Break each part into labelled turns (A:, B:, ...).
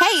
A: Hey,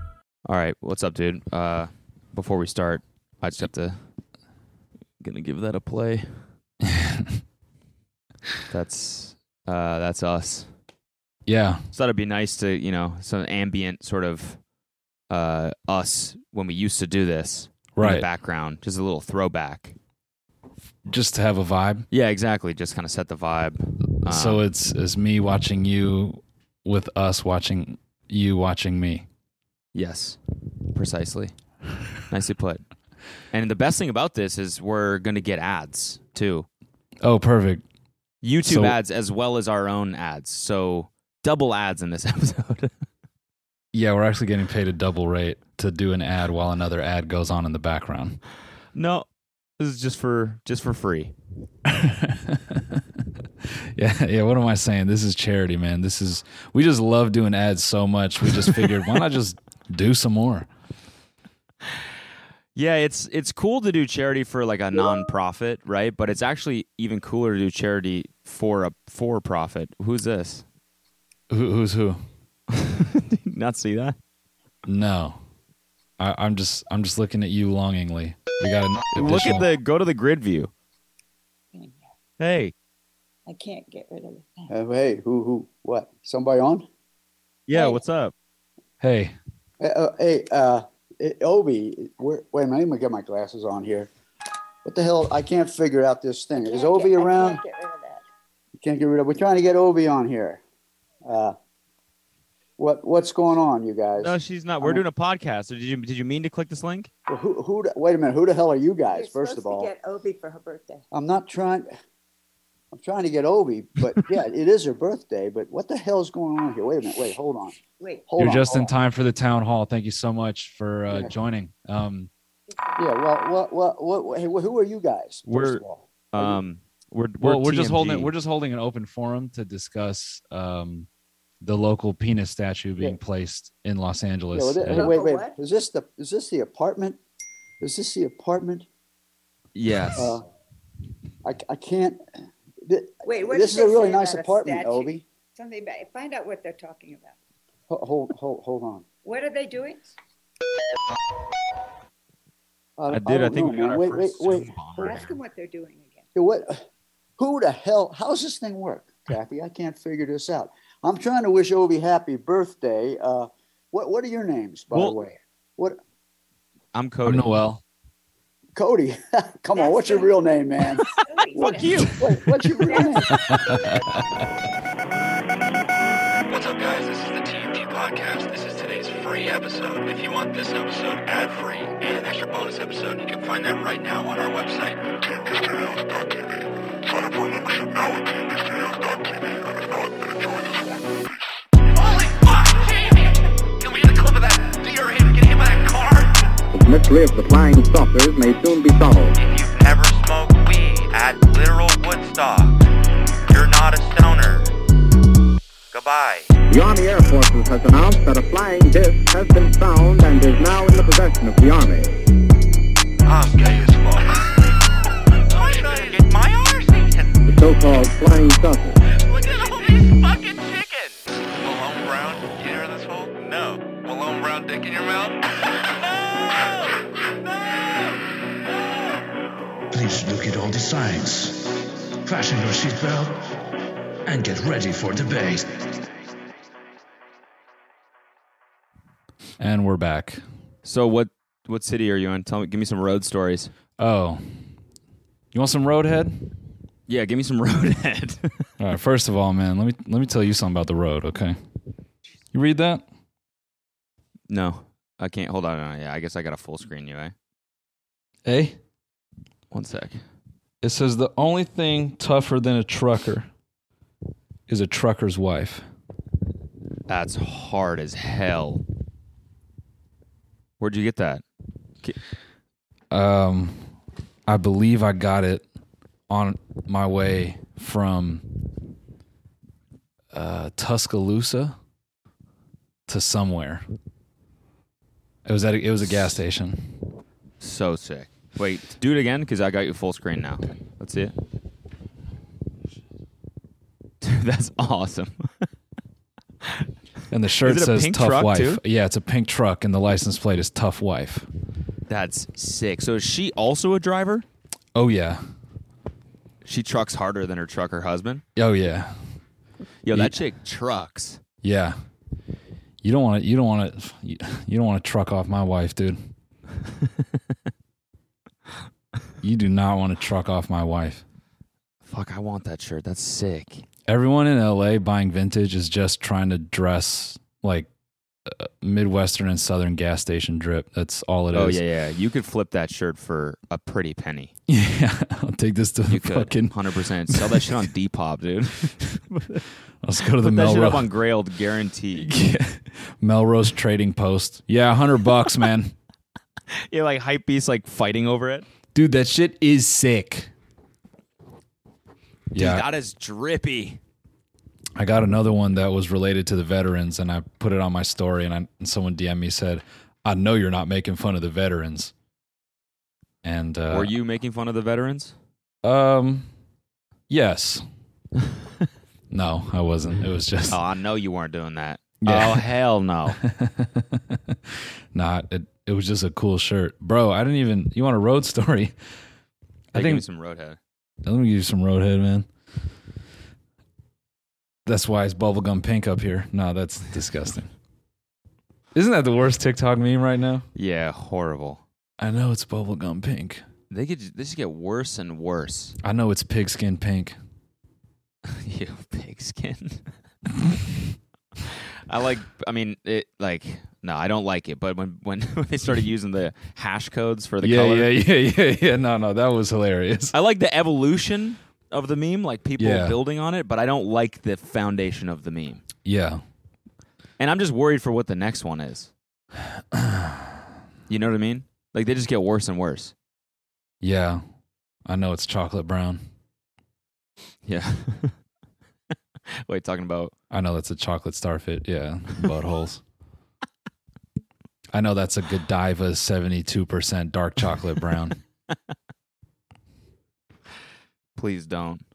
B: All right, what's up, dude? Uh, before we start, I just have to.
C: Gonna give that a play.
B: That's uh, that's us.
C: Yeah.
B: So thought it'd be nice to you know some ambient sort of uh, us when we used to do this in the
C: Right.
B: background, just a little throwback.
C: Just to have a vibe.
B: Yeah, exactly. Just kind of set the vibe. Um,
C: so it's it's me watching you with us watching you watching me.
B: yes, precisely. Nicely put. And the best thing about this is we're gonna get ads too.
C: Oh, perfect.
B: YouTube
C: So-
B: ads as well as our own ads. So double ads in this episode.
C: Yeah, we're actually getting paid a double rate to do an ad while another ad goes on in the background.
B: no, this is just for just for free.
C: Yeah, yeah, what am I saying? This is charity, man. This is we just love doing ads so much. We just figured why not just do some more?
B: Yeah, it's it's cool to do charity for like a nonprofit, right? But it's actually even cooler to do charity for a for profit. Who's this?
C: Who, who's who?
B: Not see that?
C: No. I, I'm just I'm just looking at you longingly. We got an
B: Look
C: additional-
B: at the go to the grid view. Hey,
D: I can't get rid of it.
E: Uh, hey, who, who, what? Somebody on?
B: yeah,
D: Hey.
B: what's up?
C: Hey,
E: Uh, uh, hey, uh, eh, Obi, where, wait a minute, let me get my glasses on here. What the hell? I can't figure out this thing. Is
D: Can't
E: Obi
D: get- I
E: around?
D: Can't get rid of that.
E: Can't get rid of. We're trying to get Obi on here. Uh, what what's going on, you guys?
B: No, she's not. We're doing a podcast. Did you did you mean to click this link?
E: Well, who who? the- Wait a minute. Who the hell are you guys?
D: You're
E: first
D: supposed
E: of all,
D: to get Obi for her birthday.
E: I'm not trying. I'm trying to get Obi, but yeah, it is her birthday. But what the hell's going on here? Wait a minute. Wait, hold on.
D: Wait,
E: Hold
C: you're
E: on,
C: just
E: hold
C: in time for the town hall. Thank you so much for uh,
E: Yeah.
C: joining. Um,
E: on. Yeah. Well, what what what? hey, who are you guys? first
B: We're-
E: of all?
B: Um, we're we're,
C: well, we're just
B: TMG.
C: holding we're just holding an open forum to discuss um, the local penis statue being
E: Yeah.
C: placed in Los Angeles.
E: Yeah, well, th-
C: at-
E: hey, wait, wait.
D: What?
E: Is this the is this the apartment? Is this the apartment?
B: yes.
E: Uh, I, I can't. thi-
D: wait. What
E: this is
D: did
E: a
D: they
E: really
D: say
E: nice
D: about a
E: apartment,
D: statue?
E: Obi.
D: Something about find out what they're talking about.
E: Ho- Hold hold hold on.
D: What are they doing?
B: I
E: don't-
B: did. I
E: don't
B: think
E: know,
B: we got
E: man.
B: our
E: wait wait
B: first
E: wait.
B: Zoom bomber.
D: Ask them what they're doing again.
E: Hey, What? Who the hell? How's this thing work, Kathy? I can't figure this out. I'm trying to wish Obi happy birthday. Uh, what what are your names, by
B: Well-
E: the way? What
B: I'm
C: I'm
B: Cody.
C: Noel.
E: Cody? Come on,
D: That's
E: what's your
D: right.
E: real name, man?
D: Fuck
B: you.
E: Wait, what's your real name?
F: What's up, guys? This is the TMG Podcast. This is today's free episode. If you want this episode ad free and an extra bonus episode, you can find that right now on our website, TMGStreams.tv. Sign up for a membership now at TMGStreams.tv. And if not, then enjoy this one. Holy fuck, Jamie! Can we get a clip of that deer him getting hit by that car?
G: The mystery of the flying saucers may soon be solved.
F: If you've never smoked weed at literal Woodstock, you're not a stoner. Goodbye.
G: The Army Air Forces has announced that a flying disc has been found and is now in the possession of the Army.
F: I'm gay as fuck. I'm trying to get my arse eaten.
G: The so-called flying saucer.
F: Look at all these fucking chickens. Malone Brown, you know this hole? No. Malone Brown dick in your mouth? no! No!
H: Please look at all the signs. Fasten your seatbelt and get ready for debate.
C: And we're back.
B: So what what city are you in? Tell me. Give me some road stories.
C: Oh, you want some roadhead?
B: Yeah, give me some roadhead.
C: All right. First of all, man, let me let me tell you something about the road. Okay, you read that?
B: no, I can't. Hold on. no, Yeah, I guess I got a full screen you. Eh?
C: Hey,
B: One sec.
C: it says the only thing tougher than a trucker is a trucker's wife.
B: That's hard as hell. Where'd you get that?
C: Um, I believe I got it on my way from uh, Tuscaloosa to somewhere. It was at a, it was a gas station.
B: So sick. Wait, do it again because I got you full screen now. Let's see it. Dude, that's awesome.
C: And the shirt
B: Is it a
C: says
B: pink
C: Tough
B: truck,
C: Wife.
B: too?
C: Yeah, it's a pink truck, and the license plate is Tough Wife.
B: That's sick. So is she also a driver?
C: Oh yeah,
B: She trucks harder than her trucker husband.
C: oh yeah,
B: Yo, that
C: Ye-
B: chick trucks.
C: yeah. You don't want to. You don't want to. You, you don't want to truck off my wife, dude. you do not want to truck off my wife.
B: Fuck, I want that shirt. That's sick.
C: Everyone in LA buying vintage is just trying to dress like uh, Midwestern and Southern gas station drip. That's all it is.
B: Oh yeah, yeah. You could flip that shirt for a pretty penny.
C: yeah. I'll take this to the
B: You could,
C: fucking.
B: hundred percent. Sell that shit on Depop, dude.
C: Let's go to the
B: Put that shit up
C: Melrose.
B: on Grailed, guaranteed.
C: Melrose Trading Post. Yeah, hundred bucks, man.
B: Yeah, like hype beast, like fighting over it.
C: Dude, that shit is sick.
B: Dude,
C: yeah,
B: that is drippy.
C: I got another one that was related to the veterans, and I put it on my story, and, I, and someone DM me said, "I know you're not making fun of the veterans." And uh,
B: Were you making fun of the veterans?
C: Um, yes. no, I wasn't. It was just
B: Oh, I know you weren't doing that.
C: Yeah.
B: Oh hell no.
C: not. It, it was just a cool shirt, bro. I didn't even. You want a road story?
B: I
C: I
B: think
C: think-
B: me some roadhead.
C: Let me give you some roadhead, man. That's why it's bubblegum pink up here. No, that's disgusting. Isn't that the worst TikTok meme right now?
B: Yeah, horrible.
C: I know it's bubblegum pink.
B: They could. This could get worse and worse.
C: I know it's pigskin pink.
B: you pigskin. I like. I mean, it like. No, I don't like it. But when when, when they started using the hash codes for the
C: yeah,
B: color,
C: yeah, yeah, yeah, yeah. No, no, that was hilarious.
B: I like the evolution of the meme, like people
C: Yeah.
B: building on it. But I don't like the foundation of the meme,
C: Yeah,
B: and I'm just worried for what the next one is. you know what I mean? Like they just get worse and worse.
C: yeah. I know it's chocolate brown.
B: Yeah. Wait, talking about
C: I know that's a chocolate starfit. Yeah, buttholes. I know that's a Godiva seventy-two percent dark chocolate brown.
B: please don't,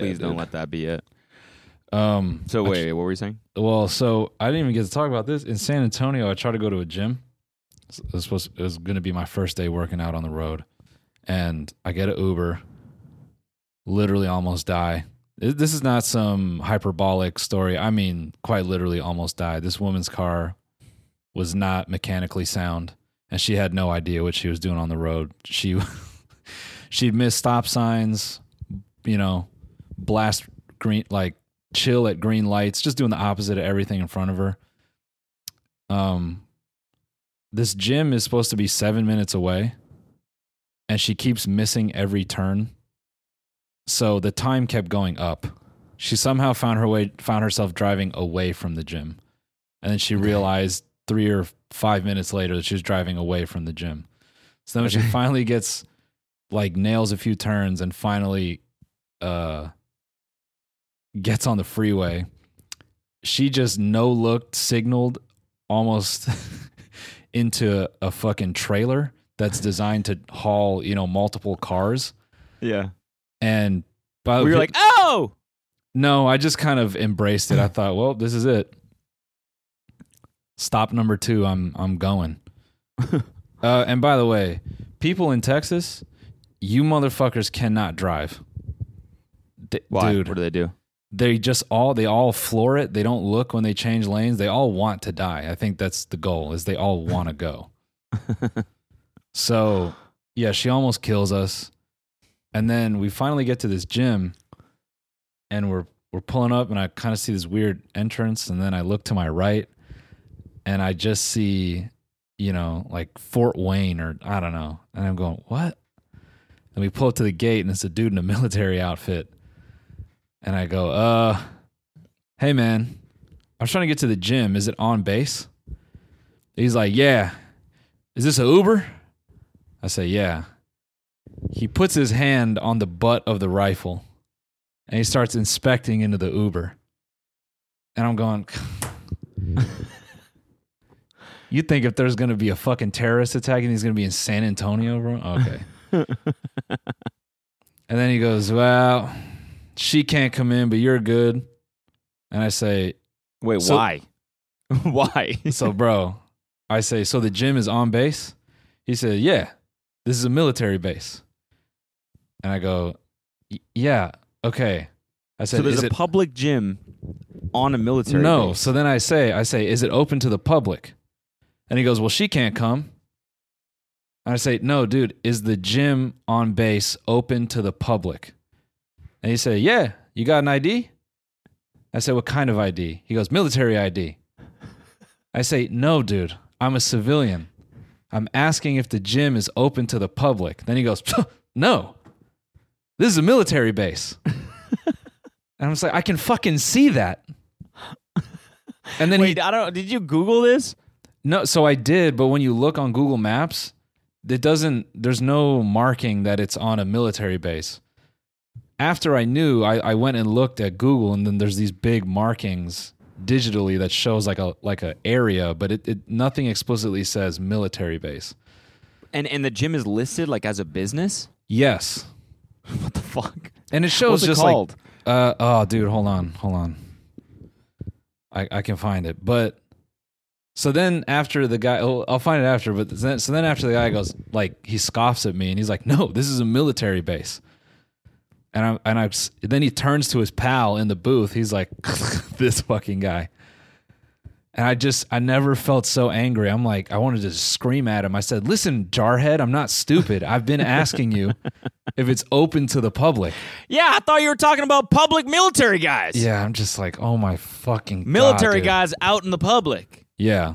B: please don't
C: dude.
B: let that be it.
C: Um.
B: So
C: I
B: wait, what were you saying?
C: Well, so I didn't even get to talk about this. In San Antonio, I tried to go to a gym. It was supposed it was going to be my first day working out on the road, and I get an Uber. Literally, almost die. Th- This is not some hyperbolic story. I mean, quite literally, almost die. This woman's car was not mechanically sound, and she had no idea what she was doing on the road. She she'd missed stop signs, you know, blast green like chill at green lights, just doing the opposite of everything in front of her. Um, this gym is supposed to be seven minutes away, and she keeps missing every turn. So the time kept going up. She somehow found her way, found herself driving away from the gym, and then she realized three or five minutes later that she was driving away from the gym. So then when she finally gets like nails a few turns and finally uh gets on the freeway, she just no looked signaled almost into a fucking trailer that's designed to haul, you know, multiple cars.
B: Yeah,
C: And by the
B: we
C: way,
B: were like, oh,
C: no, I just kind of embraced it. I thought, well, this is it. Stop number two. I'm I'm going. uh, and by the way, people in Texas, you motherfuckers cannot drive. D-
B: Why?
C: Dude,
B: What do they do?
C: they just all they all floor it. They don't look when they change lanes. They all want to die. I think that's the goal is they all want to go. so yeah, she almost kills us. And then we finally get to this gym and we're we're pulling up and I kind of see this weird entrance and then I look to my right and I just see, you know, like Fort Wayne or I don't know. And I'm going, "What?" And we pull up to the gate and it's a dude in a military outfit. And I go, "Uh, hey man, I was trying to get to the gym. Is it on base?" He's like, "Yeah." Is this a Uber? I say, Yeah. He puts his hand on the butt of the rifle and he starts inspecting into the Uber. And I'm going, You think if there's going to be a fucking terrorist attack and he's going to be in San Antonio, bro? Okay. and then he goes, Well, she can't come in, but you're good. And I say,
B: Wait,
C: So-
B: why? why?
C: so, bro, I say, so the gym is on base? He said, yeah, this is a military base. And I go, "Y- yeah, okay. I said,
B: So there's
C: "Is
B: a
C: it-
B: public gym on a military.
C: no.
B: base.
C: So then I say, I say, is it open to the public? And he goes, well, she can't come. And I say, no, dude, is the gym on base open to the public? And he said, yeah, you got an ID? I said, what kind of ID? He goes, military ID. I say, no, dude, I'm a civilian. I'm asking if the gym is open to the public. Then he goes, no, this is a military base. and I'm just like, I can fucking see that. And then he
B: Wait, I don't. Did you Google this?
C: no, so I did, but when you look on Google Maps, it doesn't there's no marking that it's on a military base. After I knew, I, I went and looked at Google and then there's these big markings digitally that shows like a like a area, but it, it nothing explicitly says military base.
B: And and the gym is listed like as a business.
C: Yes.
B: What the fuck?
C: And it shows
B: What's it
C: just
B: called?
C: like uh oh dude, hold on, hold on. I I can find it. But so then after the guy oh, I'll find it after, but then, so then after the guy goes like he scoffs at me and he's like, "No, this is a military base." And I and I then he turns to his pal in the booth. He's like, "This fucking guy." And I just I never felt so angry. I'm like I wanted to scream at him. I said, "Listen, Jarhead, I'm not stupid. I've been asking you if it's open to the public."
B: Yeah, I thought you were talking about public military guys.
C: Yeah, I'm just like, oh my fucking God,
B: military
C: dude.
B: guys out in the public.
C: Yeah,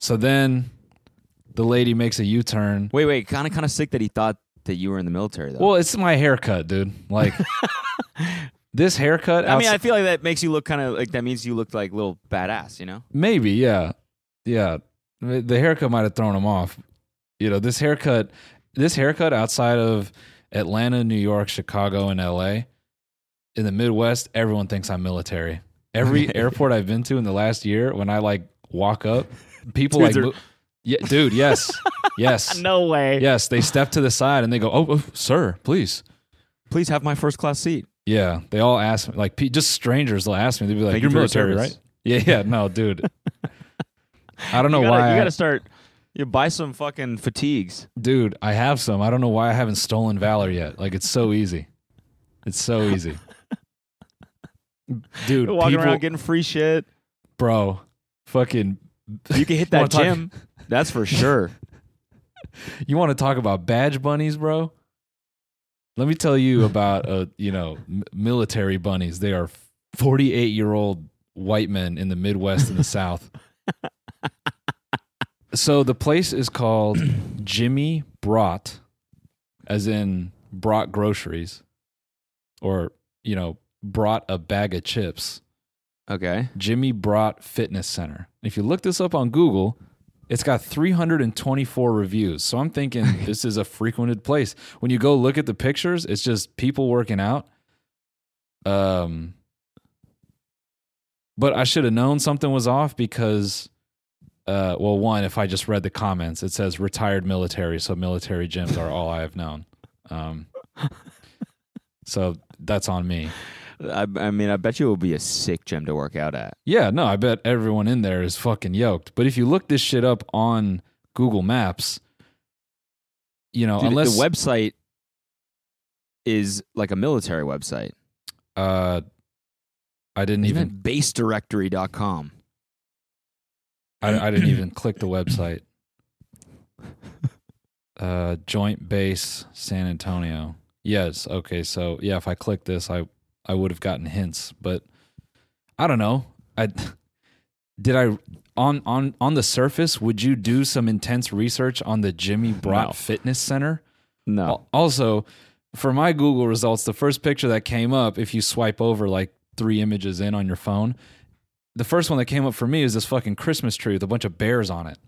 C: So then the lady makes a U-turn.
B: Wait, wait. Kind of, kind of sick that he thought that you were in the military though.
C: Well, it's my haircut, dude. Like this haircut.
B: I mean,
C: outside-
B: I feel like that makes you look kind of like that means you look like a little badass, you know?
C: maybe, yeah, yeah. The the haircut might have thrown him off. You know, this haircut, this haircut outside of Atlanta, New York, Chicago, and L.A. In the Midwest, everyone thinks I'm military. Every airport I've been to in the last year, when I like walk up, people
B: Dudes
C: like,
B: are-
C: mo- yeah, dude, yes, yes,
B: No way.
C: Yes, they step to the side and they go, "Oh, oh, sir, please."
B: Please have my first class seat.
C: Yeah, they all ask me like pe- just strangers. They'll ask me. They'll be like,
B: Thank you
C: "You're
B: for your
C: military,
B: service."
C: right?" Yeah, yeah. No, dude. I don't know
B: you gotta,
C: why,
B: You
C: I-
B: gotta start. You buy some fucking fatigues.
C: dude. I have some. I don't know why I haven't stolen valor yet. Like it's so easy. It's so easy, dude.
B: You're walking
C: people,
B: around getting free shit.
C: bro, fucking.
B: You can hit
C: Wanna
B: that
C: talk-
B: gym. That's for sure.
C: You want to talk about badge bunnies, bro? Let me tell you about uh, you know, m- military bunnies. They are 48-year-old white men in the Midwest and the South. So the place is called Jimmy Brought as in brought groceries or, you know, brought a bag of chips.
B: okay.
C: Jimmy Brought Fitness Center. If you look this up on Google, it's got 324 reviews. So I'm thinking this is a frequented place. When you go look at the pictures, it's just people working out. Um but I should have known something was off because uh well one, if I just read the comments, it says retired military, so military gyms are all I have known. Um so that's on me.
B: I, I mean, I bet you it would be a sick gym to work out at.
C: Yeah, no, I bet everyone in there is fucking yoked. But if you look this shit up on Google Maps, you know,
B: Dude,
C: Oh, unless
B: the website is like a military website.
C: uh, I didn't even
B: Even basedirectory.com.
C: I, I didn't even click the website. uh, Joint Base San Antonio. Yes. Okay. So yeah, if I click this, I I would have gotten hints, but I don't know. I did I on on on the surface. Would you do some intense research on the Jimmy Brott
B: No.
C: Fitness Center?
B: No.
C: Al- Also, for my Google results, the first picture that came up, if you swipe over like three images in on your phone, the first one that came up for me is this fucking Christmas tree with a bunch of bears on it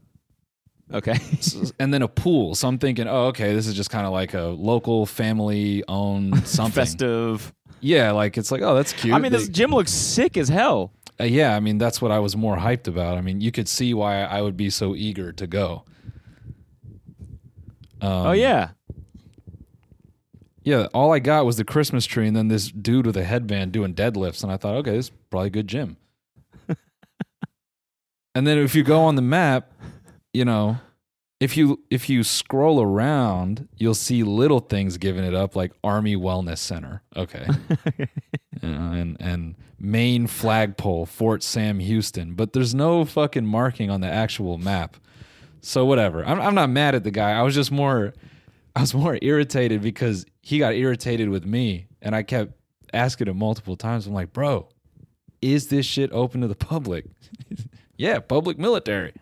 B: Oh, Okay.
C: and then a pool. So I'm thinking, oh, okay, this is just kind of like a local family owned something.
B: Festive.
C: Yeah, like it's like, oh, that's cute.
B: I mean, this
C: They-
B: gym looks sick as hell.
C: uh, yeah, I mean, that's what I was more hyped about. I mean, you could see why I would be so eager to go. Um,
B: oh yeah.
C: Yeah, all I got was the Christmas tree and then this dude with a headband doing deadlifts. And I thought, okay, this is probably a good gym. and then if you go on the map, you know, if you if you scroll around, you'll see little things giving it up, like Army Wellness Center. Okay. You know, and and main flagpole, Fort Sam Houston. But there's no fucking marking on the actual map. So whatever. I'm I'm not mad at the guy. I was just more I was more irritated because he got irritated with me and I kept asking him multiple times. I'm like, bro, is this shit open to the public? yeah, public military.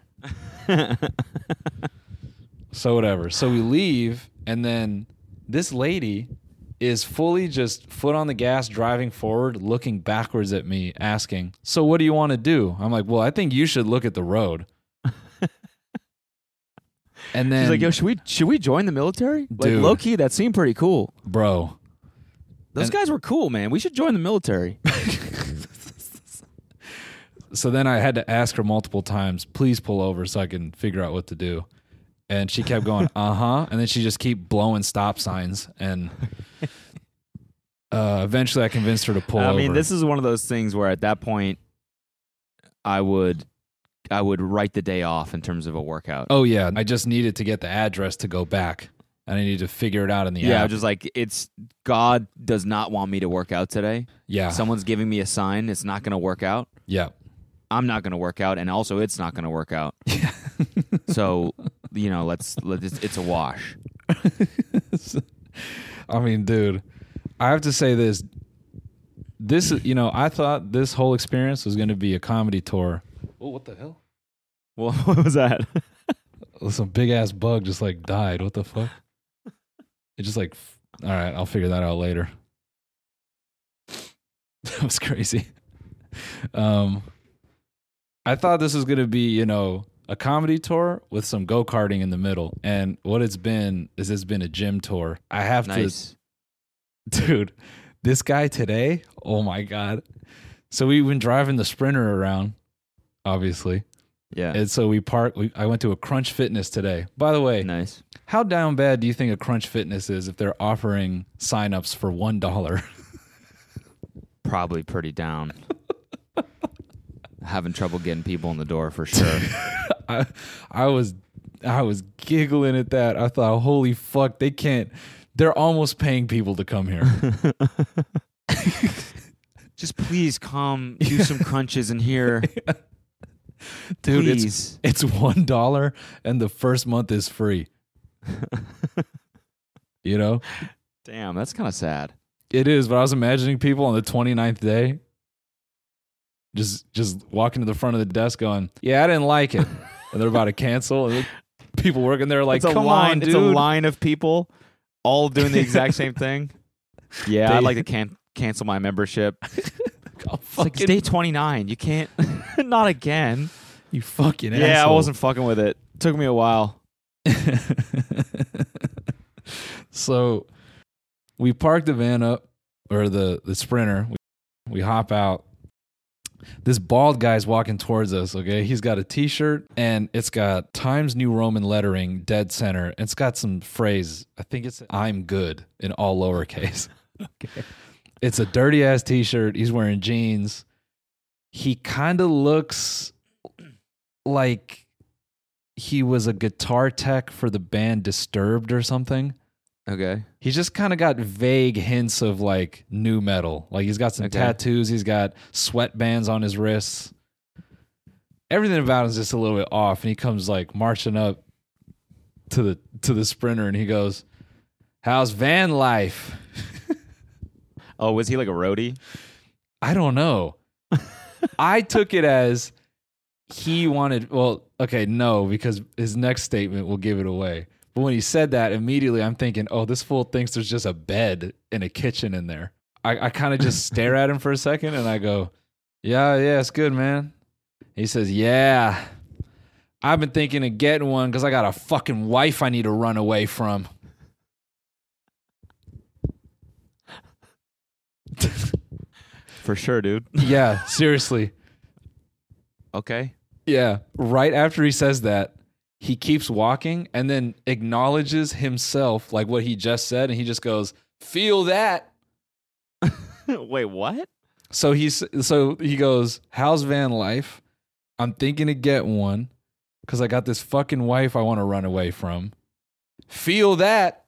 C: so whatever. So we leave and then this lady is fully just foot on the gas driving forward looking backwards at me asking so what do you want to do i'm like well i think you should look at the road and then
B: She's like, yo, should we should we join the military?
C: Dude.
B: Like low key, that seemed pretty cool.
C: bro
B: Those
C: And-
B: guys were cool, man. We should join the military.
C: so then I had to ask her multiple times, please pull over so I can figure out what to do. And she kept going, uh huh. And then she just keep blowing stop signs. And uh, eventually I convinced her to pull
B: I
C: over.
B: mean, this is one of those things where at that point, I would I would write the day off in terms of a workout.
C: oh, yeah. I just needed to get the address to go back. And I needed to figure it out in the
B: yeah,
C: app.
B: just like it's God does not want me to work out today.
C: yeah.
B: Someone's giving me a sign. It's not going to work out.
C: yeah.
B: I'm not going to work out, and also it's not going to work out. so you know, let's let it's, it's a wash.
C: I mean, dude, I have to say this. This is, you know, I thought this whole experience was going to be a comedy tour. Oh, what the hell?
B: Well, what was that?
C: some big ass bug just like died. What the fuck? It just like, f- all right, I'll figure that out later. That was crazy. Um, I thought this was gonna be, you know, a comedy tour with some go karting in the middle, and what it's been is it's been a gym tour. I have to
B: nice.
C: dude this guy today oh my god so we've been driving the sprinter around obviously
B: Yeah.
C: and so we park we, i went to a crunch fitness today by the way
B: nice.
C: how down bad do you think a crunch fitness is if they're offering signups for one dollar
B: Probably pretty down. Having trouble getting people in the door for sure.
C: I, I was i was giggling at that i thought holy fuck they can't they're almost paying people to come here
B: Just please come do some crunches in here.
C: dude
B: Please.
C: it's it's one dollar and the first month is free you know
B: Damn, that's kind of sad.
C: It is, but I was imagining people on the 29th day just just walking to the front of the desk going, Yeah, I didn't like it. and they're about to cancel. And people working there are like,
B: it's a
C: Come
B: line.
C: on, dude.
B: It's a line of people all doing the exact same thing. Yeah,
C: They-
B: I'd like to can- cancel my membership. It's
C: Oh,
B: like
C: fucking,
B: it's day 29. You can't, not again.
C: you fucking
B: Yeah,
C: asshole.
B: I wasn't fucking with it. Took me a while.
C: so we park the van up or the the sprinter we, we hop out this bald guy's walking towards us okay he's got a t-shirt and it's got times new roman lettering dead center and it's got some phrase i think it's i'm good in all lowercase it's a dirty ass t-shirt he's wearing jeans he kind of looks like he was a guitar tech for the band disturbed or something
B: Okay.
C: He's just kind of got vague hints of like new metal. Like he's got some
B: Okay.
C: tattoos, he's got sweatbands on his wrists. Everything about him is just a little bit off, and he comes like marching up to the to the sprinter and he goes, "How's van life?"
B: Oh, was he like a roadie?
C: I don't know. I took it as he wanted. Well, okay, no, because his next statement will give it away. But when he said that, immediately I'm thinking, oh, this fool thinks there's just a bed and a kitchen in there. I, I kind of just stare at him for a second and I go, yeah, yeah, it's good, man. He says, yeah, I've been thinking of getting one because I got a fucking wife I need to run away from.
B: For sure, dude.
C: Yeah, seriously.
B: Okay.
C: Yeah. Right after he says that, he keeps walking and then acknowledges himself, like what he just said, and he just goes, "Feel that."
B: Wait, what?
C: So he's so he goes, "How's van life? I'm thinking to get one because I got this fucking wife I want to run away from. Feel that."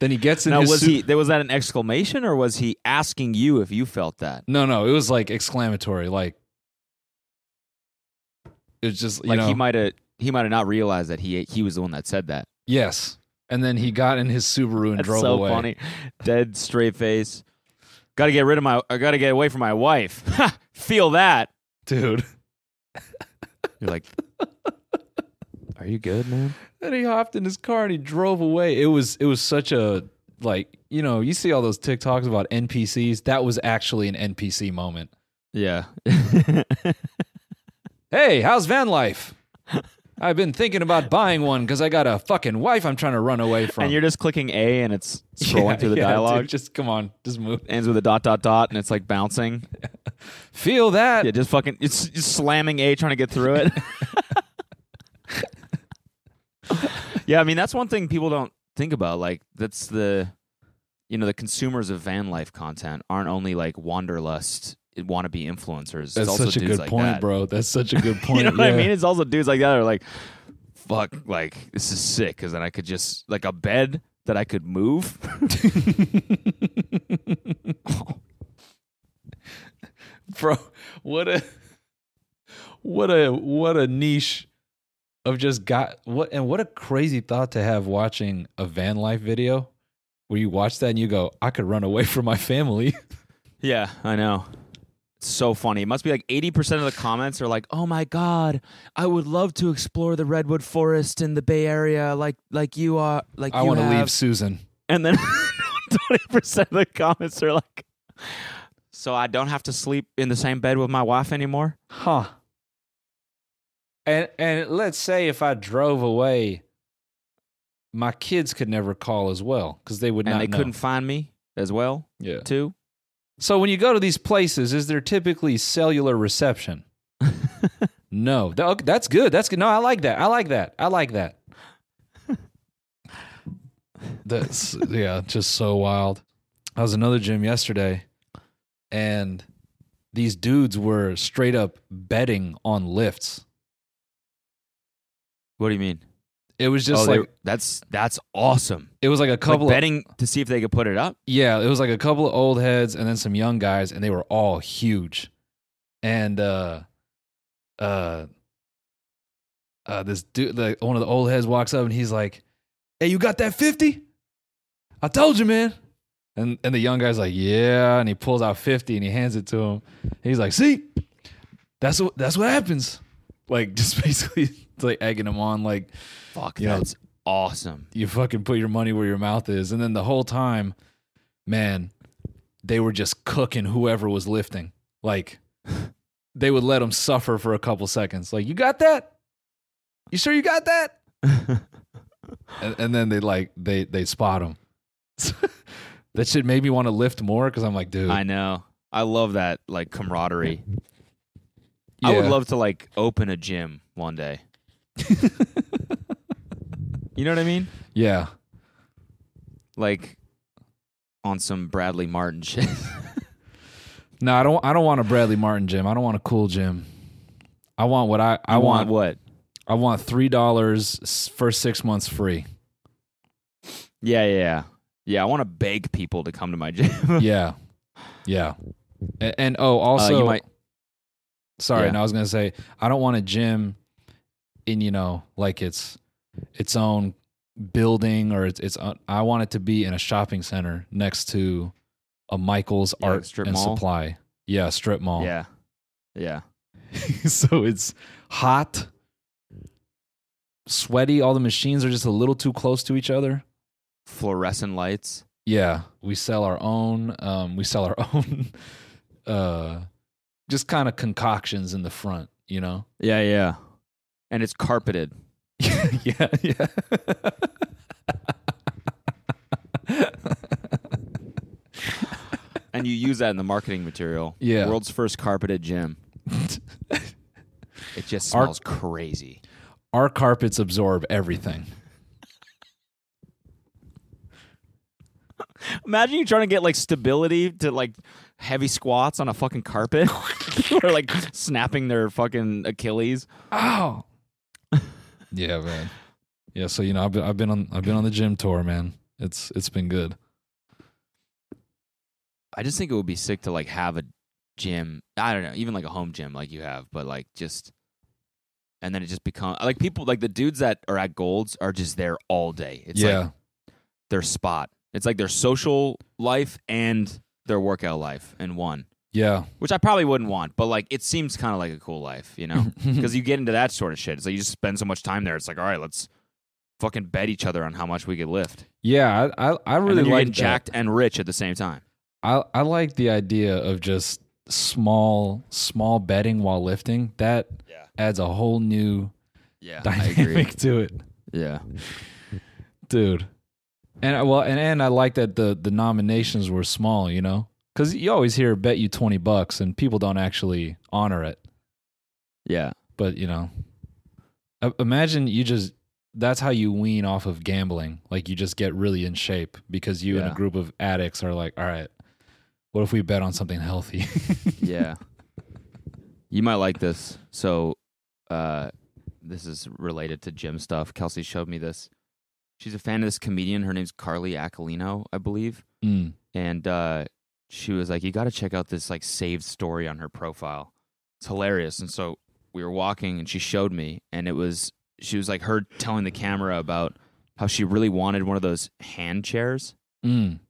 C: then he gets in
B: Now
C: his
B: was
C: suit-
B: he? There was that an exclamation, or was he asking you if you felt that?
C: No, no, it was like exclamatory, like it's just you
B: Like
C: know,
B: he might have. He might have not realized that he he was the one that said that.
C: Yes. And then he got in his Subaru and
B: That's
C: drove
B: so
C: away.
B: funny. Dead straight face. Got to get rid of my. I got to get away from my wife. Feel that.
C: Dude.
B: You're like, are you good, man?
C: And he hopped in his car and he drove away. It was it was such a like, you know, you see all those TikToks about NPCs. That was actually an NPC moment.
B: Yeah.
C: Hey, how's van life? I've been thinking about buying one because I got a fucking wife I'm trying to run away from.
B: and you're just clicking A, and it's scrolling
C: Yeah,
B: through the
C: yeah, dude,
B: dialogue.
C: just come on, just move.
B: Ends with a dot dot dot, and it's like bouncing.
C: Feel that.
B: Yeah, just fucking. It's just slamming A, trying to get through it. yeah, I mean that's one thing people don't think about. Like that's the, you know, the consumers of van life content aren't only like wanderlust wannabe influencers. it's
C: That's
B: also
C: such a
B: dudes
C: good
B: like
C: point,
B: that.
C: bro. That's such a good point.
B: You know what I
C: yeah.
B: mean? It's also dudes like that are like, fuck, like this is sick because then I could just like a bed that I could move.
C: bro what a what a what a niche of just got what and what a crazy thought to have watching a van life video where you watch that and you go i could run away from my family
B: Yeah, I know. It's so funny. It must be like 80% of the comments are like, "Oh my god, I would love to explore the redwood forest in the Bay Area like like you are like
C: i
B: you
C: want to
B: have."
C: leave susan
B: And then 20% of the comments are like, "So I don't have to sleep in the same bed with my wife anymore?"
C: huh and and let's say if i drove away my kids could never call as well because they would
B: And
C: not
B: they
C: know.
B: couldn't find me as well,
C: yeah
B: too.
C: So when you go to these places, is there typically cellular reception? no. Th- okay, That's good. That's good. No, I like that. I like that. I like that. That's yeah, just so wild. I was in another gym yesterday and these dudes were straight up betting on lifts.
B: What do you mean?
C: It was just
B: oh, they-
C: like
B: that's that's awesome.
C: it was like a
B: Like
C: couple of-
B: betting to see if they could put it up.
C: Yeah, it was like a couple of old heads and then some young guys, and they were all huge. And uh, uh, uh this dude, like one of the old heads, walks up and he's like, "Hey, you got that 50? I told you, man." And and the young guy's like, "Yeah," and he pulls out 50 and he hands it to him. He's like, "See, that's what that's what happens." Like just basically like egging him on, like
B: Fuck,
C: Yeah.
B: that's awesome.
C: you fucking put your money where your mouth is. And then the whole time, man, they were just cooking whoever was lifting. Like they would let them suffer for a couple seconds. Like, you got that? You sure you got that? and, and then they like they they spot them. that shit made me want to lift more because I'm like, dude,
B: I know. I love that like camaraderie. I would
C: Yeah.
B: love to like open a gym one day. you know what I mean?
C: yeah.
B: Like on some Bradley Martin shit.
C: No, I don't. I don't want a Bradley Martin gym. I don't want a cool gym. I want what I. I
B: You
C: want.
B: what?
C: I want three dollars for six months free.
B: Yeah, yeah, yeah. Yeah, I want to beg people to come to my gym.
C: yeah, yeah, A- and, oh, also,
B: uh, you might
C: sorry,
B: yeah.
C: no, I was gonna say I don't want a gym in you know like it's its own building or it's, it's own- I want it to be in a shopping center next to a Michael's
B: Yeah,
C: Art
B: strip
C: and
B: mall.
C: Supply. Yeah, strip mall.
B: Yeah. Yeah.
C: so it's hot, sweaty. All the machines are just a little too close to each other.
B: Fluorescent lights.
C: Yeah, we sell our own. Um, we sell our own. Uh, just kind of concoctions in the front, you know.
B: Yeah, yeah. And it's carpeted.
C: yeah, yeah.
B: And you use that in the marketing material.
C: Yeah.
B: World's first carpeted gym. it just
C: Our-
B: smells crazy.
C: Our carpets absorb everything.
B: Imagine you trying to get like stability to like heavy squats on a fucking carpet. People are like snapping their fucking Achilles.
C: Oh. yeah, man. Yeah, so you know, I've been, I've been on I've been on the gym tour, man. It's it's been good.
B: I just think it would be sick to like have a gym. I don't know, even like a home gym like you have, but like just and then it just become like people like the dudes that are at Golds are just there all day. It's
C: yeah.
B: like their spot. It's like their social life and their workout life in one,
C: yeah.
B: which I probably wouldn't want, but like it seems kind of like a cool life, you know? Because you get into that sort of shit. It's like you just spend so much time there. It's like, all right, let's fucking bet each other on how much we could lift.
C: Yeah, I I, I
B: and
C: really
B: then you're
C: like
B: getting jacked and rich at the same time.
C: I I like the idea of just small small betting while lifting. That
B: Yeah.
C: adds a whole new
B: Yeah,
C: dynamic to it.
B: Yeah.
C: dude. And I- well, and, and I like that the the nominations were small, you know, because you always hear bet you twenty bucks, and people don't actually honor it.
B: Yeah.
C: But you know, I- imagine you just that's how you wean off of gambling. Like you just get really in shape because you and
B: Yeah.
C: a group of addicts are like, all right, what if we bet on something healthy?
B: Yeah. you might like this. So, uh, this is related to gym stuff. Kelsey showed me this. She's a fan of this comedian. Her name's Carly Aquilino, I believe.
C: Mm.
B: And uh, she was like, "You got to check out this like saved story on her profile. It's hilarious." And so we were walking, and she showed me, and it was she was like her telling the camera about how she really wanted one of those hand chairs.
C: Mm.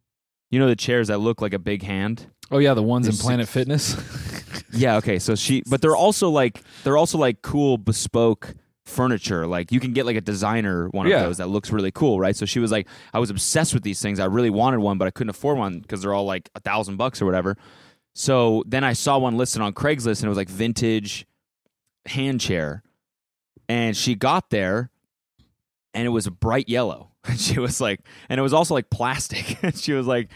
B: You know the chairs that look like a big hand.
C: Oh yeah, the ones in
B: There's
C: Planet
B: six-
C: Fitness.
B: Yeah, okay. So she but they're also like they're also like cool bespoke furniture. Like you can get like a designer one of
C: Yeah.
B: those that looks really cool, right? So she was like, I was obsessed with these things. I really wanted one, but I couldn't afford one because they're all like a thousand bucks or whatever. So then I saw one listed on Craigslist and it was like vintage hand chair. And she got there and it was a bright yellow. And she was like, and it was also like plastic. And she was like,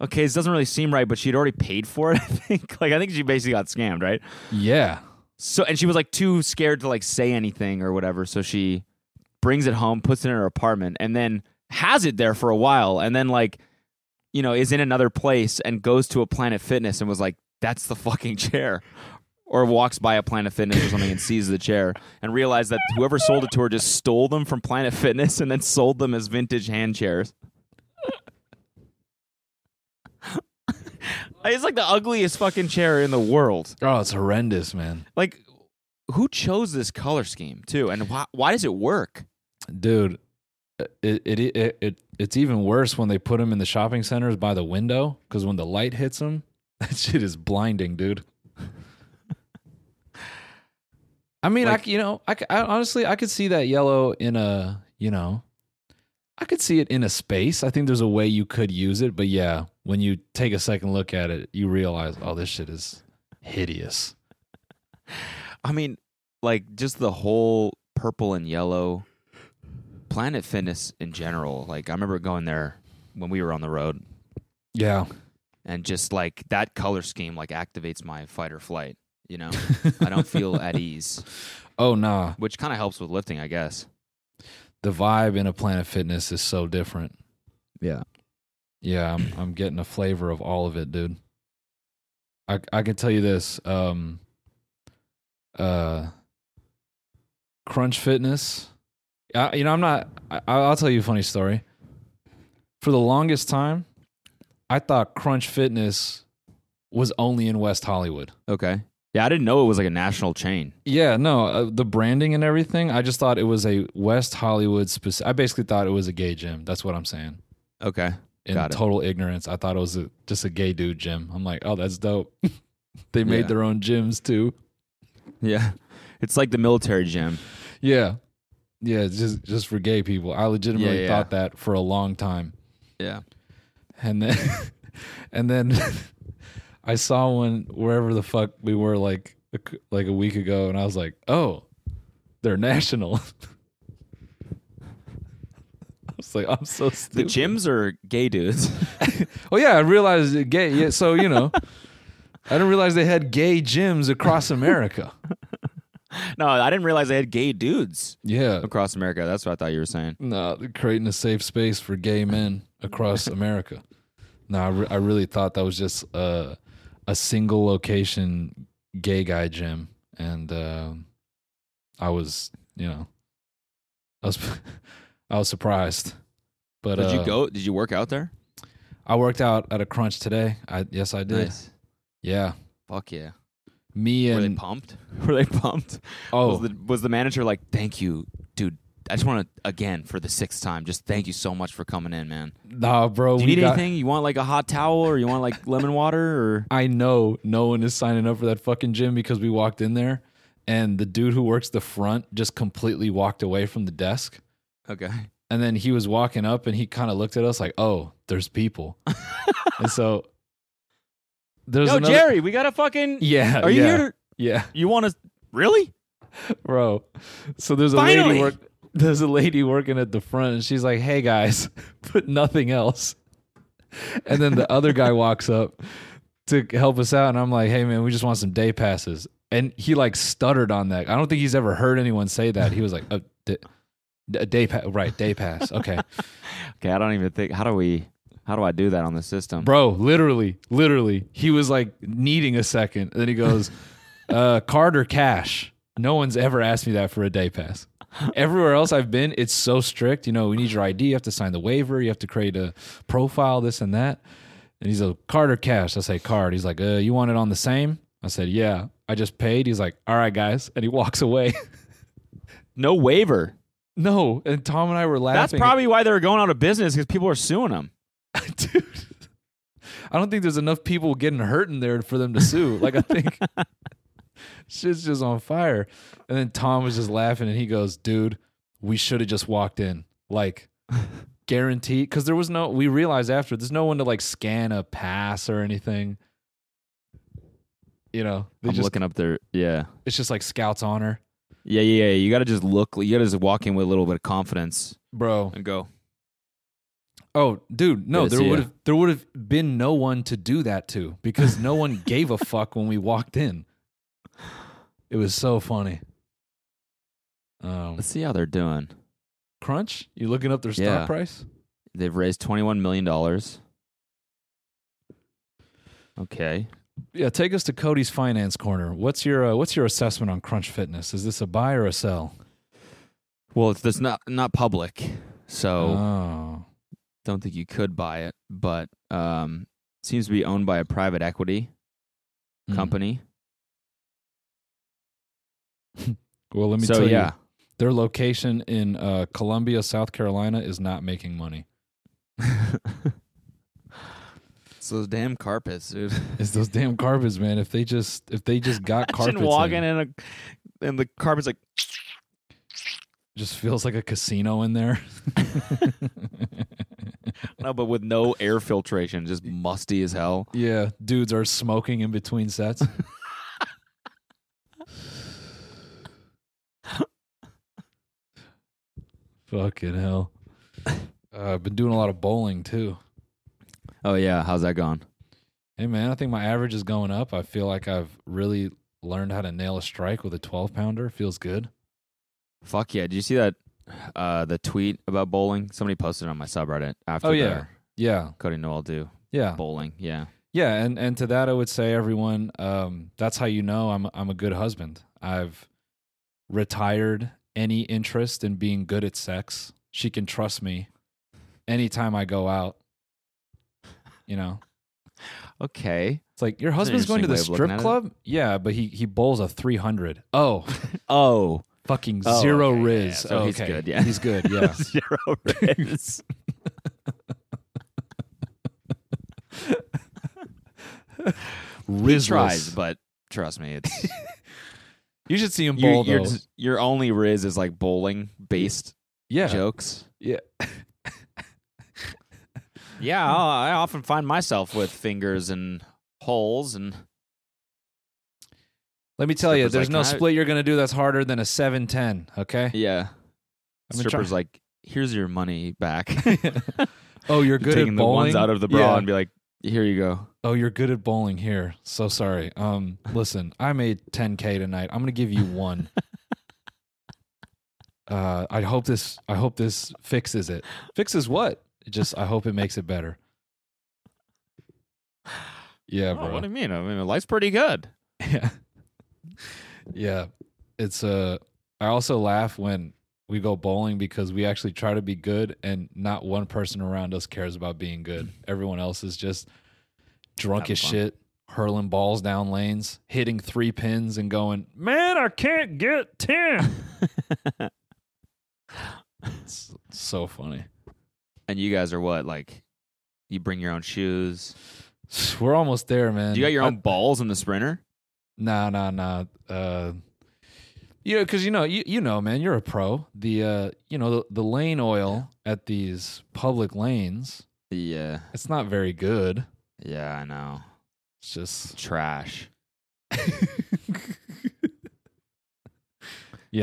B: okay, this doesn't really seem right, but she'd already paid for it, I think. Like, I think she basically got scammed, right?
C: yeah.
B: So, and she was like too scared to like say anything or whatever. So she brings it home, puts it in her apartment, and then has it there for a while. And then, like, you know, is in another place and goes to a Planet Fitness and was like, that's the fucking chair. Or walks by a Planet Fitness or something and sees the chair and realized that whoever sold it to her just stole them from Planet Fitness and then sold them as vintage hand chairs. it's like the ugliest fucking chair in the world
C: Oh, it's horrendous, man.
B: like who chose this color scheme too and why, why does it work
C: dude it, it it it it's even worse when they put them in the shopping centers by the window because when the light hits them that shit is blinding dude i mean i
B: Like-
C: c- you know I, c- I honestly i could see that yellow in a you know i could see it in a space i think there's a way you could use it but yeah when you take a second look at it you realize oh this shit is hideous
B: i mean like just the whole purple and yellow planet fitness in general like i remember going there when we were on the road
C: yeah
B: and just like that color scheme like activates my fight or flight you know i don't feel at ease
C: oh nah
B: which kind of helps with lifting i guess
C: the vibe in a planet fitness is so different
B: yeah
C: Yeah, I'm, I'm getting a flavor of all of it, dude. I I can tell you this. Um, uh, Crunch Fitness. I, you know, I'm not. I, I'll tell you a funny story. For the longest time, I thought Crunch Fitness was only in West Hollywood.
B: okay Yeah, I didn't know it was like a national chain.
C: Yeah, no, uh, the branding and everything. I just thought it was a West Hollywood specific. I basically thought it was a gay gym. That's what I'm saying.
B: Okay.
C: In
B: Got it.
C: total ignorance, I thought it was a, just a gay dude gym. I'm like, oh, that's dope. they made
B: Yeah.
C: their own gyms too.
B: Yeah. It's like the military gym.
C: Yeah, yeah, it's just just for gay people. I legitimately
B: Yeah, yeah.
C: thought that for a long time.
B: Yeah.
C: and then and then I saw one wherever the fuck we were like a c- like a week ago, and I was like, oh, they're national. I was like, I'm so
B: The
C: stupid.
B: gyms are gay dudes.
C: oh yeah, I realized it gay. Yeah, so you know, I didn't realize they had gay gyms across America.
B: no, I didn't realize they had gay dudes
C: Yeah,
B: across America. That's what I thought you were saying.
C: no, they're creating a safe space for gay men across America. No, I, re- I really thought that was just uh, a single location gay guy gym, and um I was, you know, I was, I was surprised. But
B: Did
C: uh,
B: you go? Did you work out there?
C: I worked out at a Crunch today. I yes, I did.
B: Nice.
C: Yeah,
B: Fuck yeah.
C: me
B: Were they
C: and
B: pumped? Were they pumped?
C: oh,
B: Was the, was the manager like, thank you, dude? I just want to, again, for the sixth time, just thank you so much for coming in, man.
C: nah, bro.
B: Do you
C: we
B: need
C: got-
B: anything? You want like a hot towel or you want like lemon water or?
C: I know no one is signing up for that fucking gym because we walked in there and the dude who works the front just completely walked away from the desk.
B: Okay.
C: And then he was walking up and he kind of looked at us like, oh, there's people. and so there's
B: Yo,
C: another-
B: Jerry, we got a fucking.
C: Yeah.
B: Are you
C: yeah,
B: here to?
C: Yeah,
B: You want to? Really?
C: bro. So there's a
B: Finally.
C: lady work there's a lady working at the front and she's like, hey guys, but nothing else. And then the other guy walks up to help us out. And I'm like, hey, man, we just want some day passes. And he like stuttered on that. I don't think he's ever heard anyone say that. He was like, "Oh, a day, day pass. Right. Day pass. Okay.
B: Okay, I don't even think. How do we? How do I do that on the system?
C: Bro, literally, literally, he was like needing a second. Then he goes, uh, card or cash? No one's ever asked me that for a day pass. Everywhere else I've been, it's so strict. You know, we need your ID. You have to sign the waiver. You have to create a profile, this and that. And he's like, card or cash? I say, card. He's like, uh, you want it on the same? I said, yeah. I just paid. He's like, all right, guys. And he walks away.
B: no waiver.
C: no. And Tom and I were laughing.
B: That's probably why they're going out of business because people are suing them.
C: dude. I don't think there's enough people getting hurt in there for them to sue. Like I think shit's just on fire. And then Tom was just laughing and he goes, "Dude, we should have just walked in." Like guarantee cuz there was no we realized after there's no one to like scan a pass or anything. You know, they
B: I'm
C: just,
B: looking up their. Yeah,
C: it's just like scouts honor.
B: yeah, yeah, yeah. You got to just look. You got to just walk in with a little bit of confidence
C: Bro.
B: and go.
C: Oh, dude, no,
B: Yeah,
C: there
B: see ya.
C: would have there would have been no one to do that to because no one gave a fuck when we walked in. It was so funny. Um,
B: Let's see how they're doing.
C: Crunch, you looking up their stock
B: Yeah.
C: price?
B: They've raised 21 million dollars. Okay.
C: Yeah, take us to Cody's finance corner. What's your uh, what's your assessment on Crunch Fitness? Is this a buy or a sell?
B: Well, it's that's not not public, so
C: Oh.
B: don't think you could buy it. But um, seems to be owned by a private equity
C: Mm.
B: company.
C: Well, let me
B: so
C: tell
B: yeah,
C: you, their location in uh, Columbia, South Carolina, is not making money.
B: It's those damn carpets, dude.
C: It's those damn carpets, man. If they just if they just got carpets, in.
B: walking in a and the carpet's like
C: just feels like a casino in there.
B: no, but with no air filtration, just musty as hell.
C: yeah, dudes are smoking in between sets. Fucking hell. Uh, I've been doing a lot of bowling too.
B: Oh yeah, how's that gone?
C: Hey man, I think my average is going up. I feel like I've really learned how to nail a strike with a 12 pounder. Feels good.
B: Fuck yeah! Did you see that? Uh, the tweet about bowling. Somebody posted it on my subreddit after.
C: Oh, yeah.
B: their
C: Yeah.
B: Cody Noel do
C: Yeah.
B: bowling. Yeah,
C: Yeah, and and to that I would say everyone, um, that's how you know I'm I'm a good husband. I've retired any interest in being good at sex. She can trust me anytime I go out. You know,
B: Okay.
C: It's like your husband's going to the
B: interesting way of looking
C: strip
B: at it.
C: club? Yeah, but he he bowls a 300. Oh,
B: Oh,
C: fucking
B: Oh,
C: zero
B: okay, yeah,
C: riz.
B: yeah. So
C: Oh,
B: he's
C: okay.
B: good, yeah.
C: He's good, yeah.
B: zero riz.
C: Rizless.
B: He tries, but trust me, it's
C: You should see him
B: your,
C: bowl
B: your,
C: though.
B: your only riz is like bowling based
C: yeah.
B: jokes.
C: Yeah.
B: Yeah, I'll- I often find myself with fingers and holes and
C: Let me tell you,
B: Stripper's
C: there's
B: like,
C: no
B: "Can I-"
C: split you're going to do that's harder than a 710, okay?
B: yeah.
C: I've been
B: Strippers
C: try-
B: like, here's your money back.
C: Oh, you're good
B: Taking
C: at bowling.
B: the ones out of the bra
C: Yeah.
B: and be like, here you go.
C: Oh, you're good at bowling here. So sorry. Um, listen, I made 10k tonight. I'm gonna give you one. uh, I hope this. I hope this fixes it. Fixes what? It just I hope it makes it better. Yeah,
B: Oh,
C: bro.
B: what do you mean? I mean, life's pretty good.
C: yeah, yeah. It's uh. I also laugh when we go bowling because we actually try to be good, and not one person around us cares about being good. Everyone else is just drunk
B: Mm. Having
C: as
B: fun.
C: shit, hurling balls down lanes, hitting three pins, and going, "Man, I can't get 10. it's so funny.
B: And you guys are what? Like, you bring your own shoes.
C: We're almost there, man.
B: Do you got your
C: I-
B: own balls in the sprinter?
C: Nah, nah, nah. Uh, you know, because you know, you, you know, man, you're a pro. The uh, you know, the, the lane oil at these public lanes,
B: Yeah.
C: it's not very good.
B: Yeah, I know.
C: It's just
B: Trash.
C: yeah.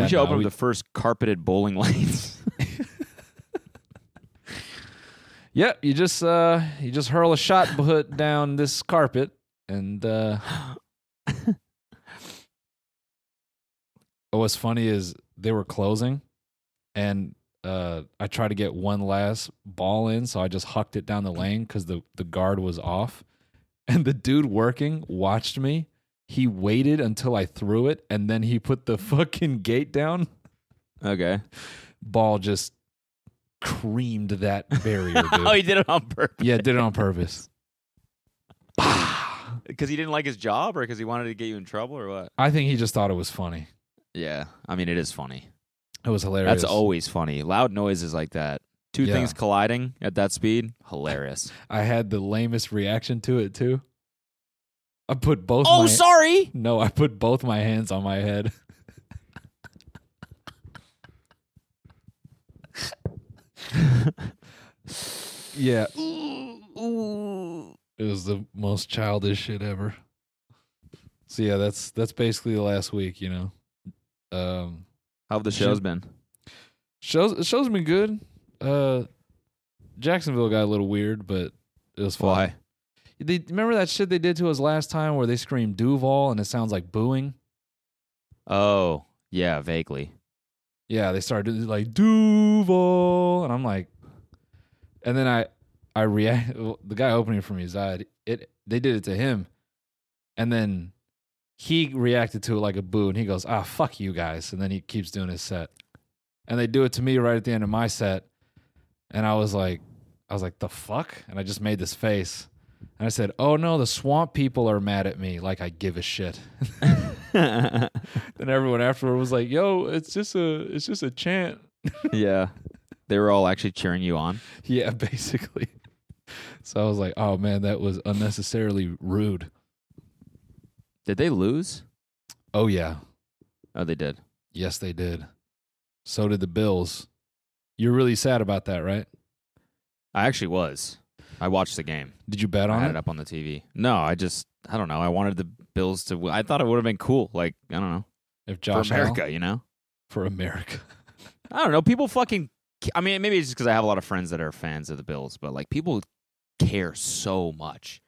B: we should
C: nah,
B: open
C: we-
B: up the first carpeted bowling lanes.
C: Yep, you just uh, you just hurl a shot put down this carpet, and uh, what's funny is they were closing, and uh, I tried to get one last ball in, so I just hucked it down the lane because the the guard was off, and the dude working watched me. He waited until I threw it, and then he put the fucking gate down.
B: okay.
C: Ball just creamed that barrier, dude.
B: Oh, he did it on purpose.
C: Yeah, did it on purpose.
B: Because he didn't like his job or because he wanted to get you in trouble or what?
C: I think he just thought it was funny.
B: Yeah. I mean, it is funny.
C: It was hilarious.
B: That's always funny. Loud noises like that. Two
C: Yeah.
B: things colliding at that speed. Hilarious.
C: I had the lamest reaction to it too. I put both.
B: oh,
C: my,
B: sorry.
C: No, I put both my hands on my head. yeah, it was the most childish shit ever. So yeah, that's that's basically the last week. You know, um,
B: How have the shows been?
C: shows the shows been good. Uh, Jacksonville got a little weird, but it was fun.
B: Why?
C: They remember that shit they did to us last time where they screamed Duval and it sounds like booing.
B: Oh, yeah, vaguely.
C: Yeah, they started doing like Duval, and I'm like, and then I, I react. The guy opening for me, Zod, it they did it to him, and then he reacted to it like a boo, and he goes, "Ah, fuck you guys," and then he keeps doing his set, and they do it to me right at the end of my set, and I was like, I was like, the fuck, and I just made this face, and I said, "Oh no, the swamp people are mad at me, like I give a shit." And everyone afterward was like, "Yo, it's just a, it's just a chant."
B: yeah. They were all actually cheering you on.
C: Yeah, basically. So I was like, "Oh man, that was unnecessarily rude."
B: Did they lose?
C: Oh yeah,
B: Oh, they did.
C: yes they did. So did the Bills. You're really sad about that, right?
B: I actually was. I watched the game.
C: Did you bet
B: I
C: on
B: had
C: it?
B: it up on the TV. No, I just I don't know. I wanted the Bills to. w- I thought it would have been cool. Like I don't know
C: If Josh
B: for
C: Allen-
B: America, you know.
C: for America.
B: I don't know. People fucking. ca- I mean, maybe it's just because I have a lot of friends that are fans of the Bills, but like people care so much,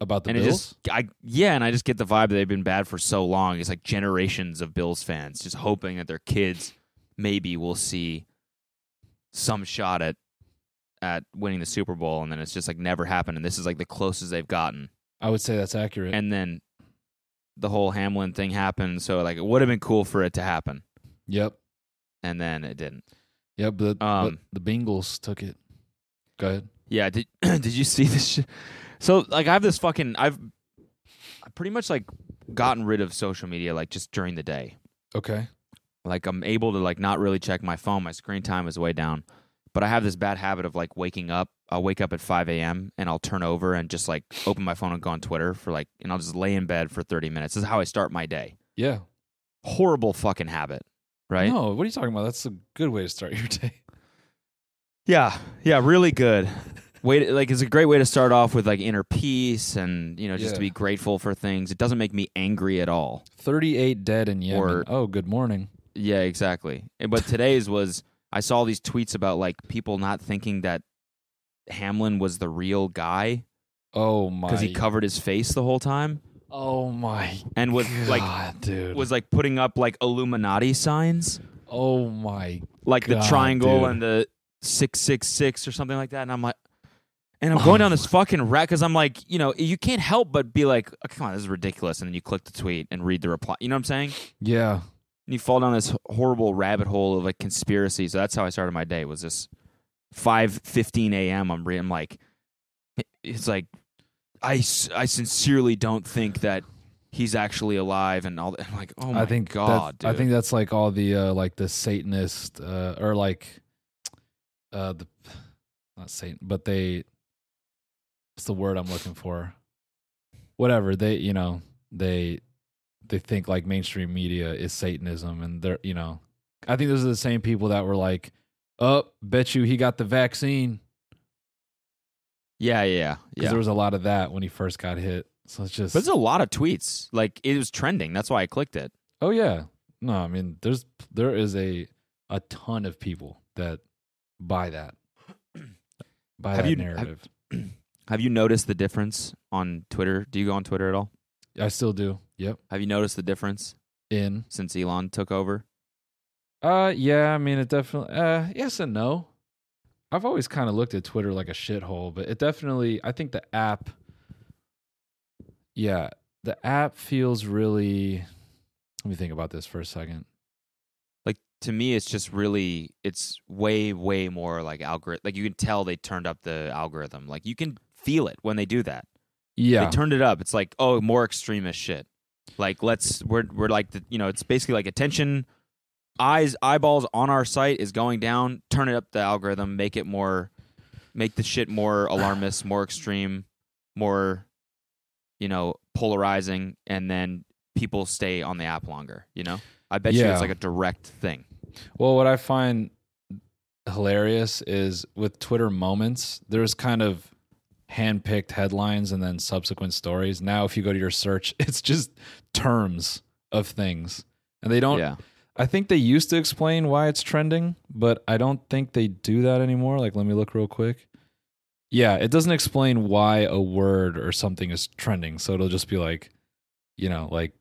C: about the
B: and
C: Bills.
B: it just I yeah, and I just get the vibe that they've been bad for so long. It's like generations of Bills fans just hoping that their kids maybe will see some shot at at winning the Super Bowl, and then it's just like never happened. And this is like the closest they've gotten.
C: I would say that's accurate.
B: and then the whole Hamlin thing happened. So like it would have been cool for it to happen,
C: yep,
B: and then it didn't.
C: yep. But,
B: Um,
C: but the Bengals took it. Go ahead.
B: Yeah. Did Did you see this? Sh- So like I have this fucking I've I pretty much like gotten rid of social media like just during the day.
C: Okay.
B: Like I'm able to like not really check my phone. My screen time is way down. But I have this bad habit of like waking up. I'll wake up at 5 a.m. and I'll turn over and just like open my phone and go on Twitter for like, and I'll just lay in bed for 30 minutes. This is how I start my day.
C: Yeah.
B: Horrible fucking habit, right?
C: No, what are you talking about? That's a good way to start your day.
B: Yeah, yeah, really good. Way to, like it's a great way to start off with like inner peace and you know just to
C: Yeah.
B: be grateful for things. It doesn't make me angry at all.
C: 38 dead in Yemen.
B: Or-
C: oh, good morning.
B: Yeah, exactly. And- But today's was I saw all these tweets about like people not thinking that Hamlin was the real guy
C: Oh my.
B: because he covered his face the whole time
C: oh my.
B: and was
C: God,
B: like
C: dude.
B: was like putting up like Illuminati signs,
C: oh my.
B: like the
C: God,
B: triangle
C: dude.
B: and the six six six or something like that. And I'm like. And I'm
C: Oh
B: going down this fucking rat because I'm like, you know, you can't help but be like, oh, come on, this is ridiculous. And then you click the tweet and read the reply. You know what I'm saying?
C: Yeah.
B: And you fall down this horrible rabbit hole of like conspiracy. So that's how I started my day. Was this five fifteen a.m. I'm, re- I'm like, it's like, I, s- I sincerely don't think that he's actually alive and all. That. I'm like, oh my
C: I think that's-
B: god, dude.
C: I think that's like all the uh, like the Satanist uh, or like uh, the not Satan, but they what's the word I'm looking for? Whatever they you know they they think like mainstream media is Satanism, and they're you know I think those are the same people that were like, oh, bet you he got the vaccine
B: yeah, yeah, yeah.
C: because there was a lot of that when he first got hit. So it's just
B: but there's a lot of tweets. Like it was trending. That's why I clicked it.
C: Oh yeah. No, I mean there's there is a a ton of people that buy that. buy
B: Have
C: that
B: you- have-
C: narrative.
B: Have you noticed the difference on Twitter? Do you go on Twitter at all?
C: I still do. Yep.
B: Have you noticed the difference
C: In.
B: since Elon took over?
C: Uh yeah, I mean it definitely uh yes and no. I've always kind of looked at Twitter like a shithole, but it definitely I think the app Yeah, the app feels really let me think about this for a second.
B: Like to me, it's just really, it's way, way more like algorithm. Like you can tell they turned up the algorithm. Like you can feel it when they do that.
C: Yeah.
B: They turned it up. It's like oh, more extremist shit. Like let's we're we're like the, you know it's basically like attention, eyes eyeballs on our site is going down. Turn it up the algorithm. Make it more, make the shit more alarmist, more extreme, more, you know, polarizing, and then people stay on the app longer. You know, I bet you
C: Yeah.
B: it's like a direct thing.
C: Well, what I find hilarious is with Twitter moments, there's kind of handpicked headlines and then subsequent stories. Now, if you go to your search, it's just terms of things. And they don't,
B: yeah,
C: I think they used to explain why it's trending, but I don't think they do that anymore. Like, let me look real quick. Yeah, it doesn't explain why a word or something is trending. So it'll just be like, you know, like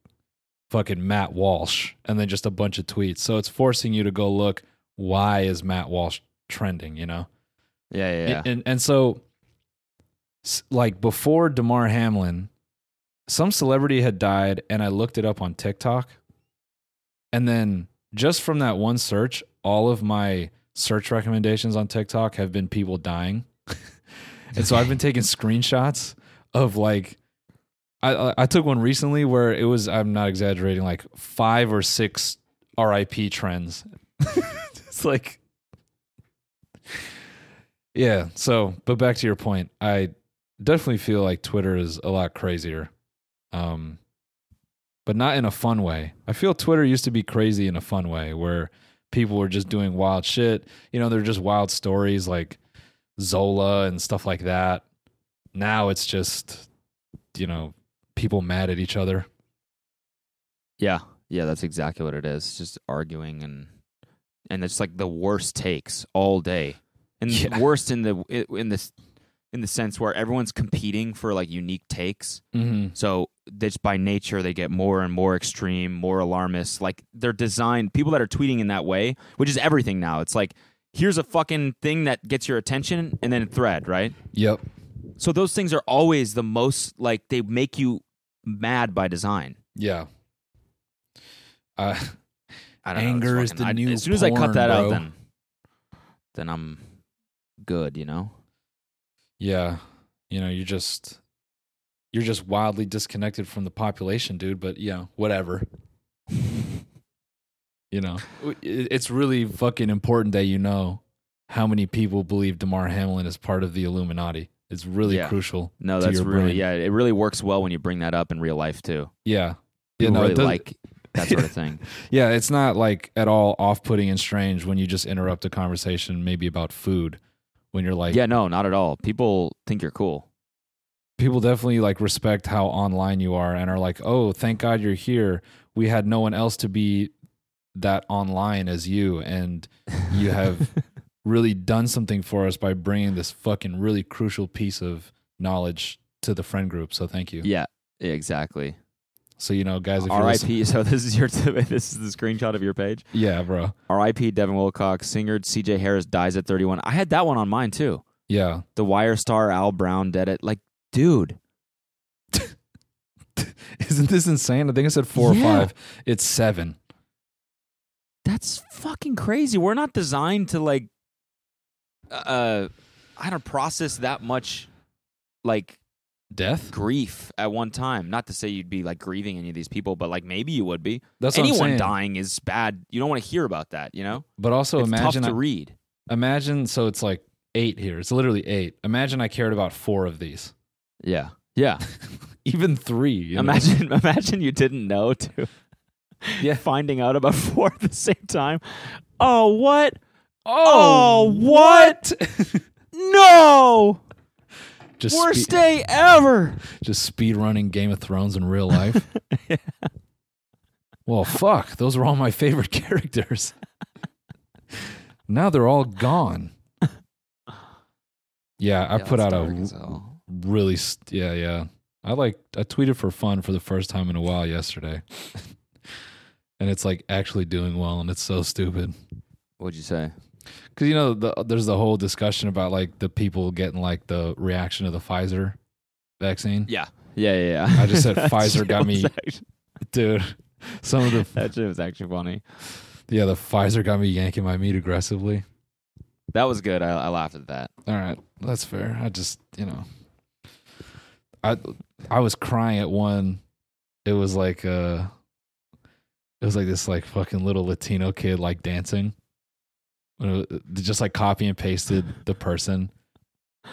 C: fucking Matt Walsh and then just a bunch of tweets. So it's forcing you to go look why is Matt Walsh trending, you know?
B: yeah, yeah. yeah.
C: And, and and so s- like before Damar Hamlin, some celebrity had died and I looked it up on TikTok. And then just from that one search, all of my search recommendations on TikTok have been people dying. and so I've been taking screenshots of like I- I I took one recently where it was I'm not exaggerating like five or six RIP trends. it's like yeah. So, but back to your point, I definitely feel like Twitter is a lot crazier, um, but not in a fun way. I feel Twitter used to be crazy in a fun way, where people were just doing wild shit. You know, they're just wild stories like Zola and stuff like that. Now it's just, you know, people mad at each other.
B: Yeah, yeah, that's exactly what it is. It's just arguing and and it's like the worst takes all day, and
C: Yeah.
B: worst in the in this in the sense where everyone's competing for like unique takes.
C: Mm-hmm.
B: So that's by nature they get more and more extreme, more alarmist. Like they're designed people that are tweeting in that way, which is everything now. It's like here's a fucking thing that gets your attention and then a thread, right?
C: Yep.
B: So those things are always the most like they make you mad by design.
C: Yeah. Uh,
B: I don't know, it's
C: Anger is the
B: I-
C: new
B: As soon as I cut
C: porn,
B: that out,
C: bro.
B: then then I'm good. You know.
C: yeah. You know, you just you're just wildly disconnected from the population, dude. But you know, whatever. you know, It- it's really fucking important that you know how many people believe Damar Hamlin is part of the Illuminati. It's really
B: Yeah.
C: crucial.
B: No,
C: to
B: that's
C: your
B: really
C: brain.
B: yeah. It really works well when you bring that up in real life too.
C: yeah. You
B: People
C: know, it
B: really
C: does-
B: like that sort of thing.
C: Yeah, it's not like at all off-putting and strange when you just interrupt a conversation, maybe about food, when you're like,
B: yeah, no, not at all. People think you're cool.
C: people definitely like respect how online you are and are like, oh, thank God you're here. We had no one else to be that online as you, and you have really done something for us by bringing this fucking really crucial piece of knowledge to the friend group. So thank you.
B: Yeah, exactly.
C: So you know, guys, if you're listening-
B: R.I.P. So this is your this is the screenshot of your page.
C: yeah, bro,
B: R.I.P. Devin Wilcox, singer C.J. Harris dies at 31. I had that one on mine too.
C: yeah,
B: The Wire star Al Brown dead at like, dude.
C: isn't this insane? I think I said four
B: Yeah.
C: or five. It's seven.
B: That's fucking crazy. We're not designed to like uh I don't process that much like
C: Death.
B: grief at one time. Not to say you'd be like grieving any of these people, but like maybe you would be.
C: That's what I'm
B: Anyone
C: saying.
B: dying is bad. You don't want to hear about that, you know?
C: But also
B: it's
C: imagine
B: tough to
C: I-
B: read.
C: imagine so it's like eight here. It's literally eight. Imagine I cared about four of these.
B: Yeah. Yeah.
C: Even three. you know?
B: imagine imagine you didn't know too.
C: Yeah.
B: Finding out about four at the same time. Oh what? Oh, what? no!
C: just
B: Worst
C: spe-
B: day ever.
C: just speed running Game of Thrones in real life. Well, fuck. Those were all my favorite characters. now they're all gone. Yeah, I put out a really s- yeah yeah i like i tweeted for fun for the first time in a while yesterday and it's like actually doing well and it's so stupid
B: What'd you say?
C: because you know the, there's the whole discussion about like the people getting like the reaction to the pfizer vaccine
B: Yeah. Yeah, yeah, yeah.
C: I just said
B: That
C: Pfizer
B: shit
C: got
B: was
C: me-
B: act-
C: dude some of the
B: that shit was actually funny.
C: yeah the pfizer got me yanking my meat aggressively
B: That was good. I, I laughed at that.
C: all right that's fair i just you know i i was crying at one it was like uh it was like this like fucking little latino kid like dancing And it was- just like copy and pasted the person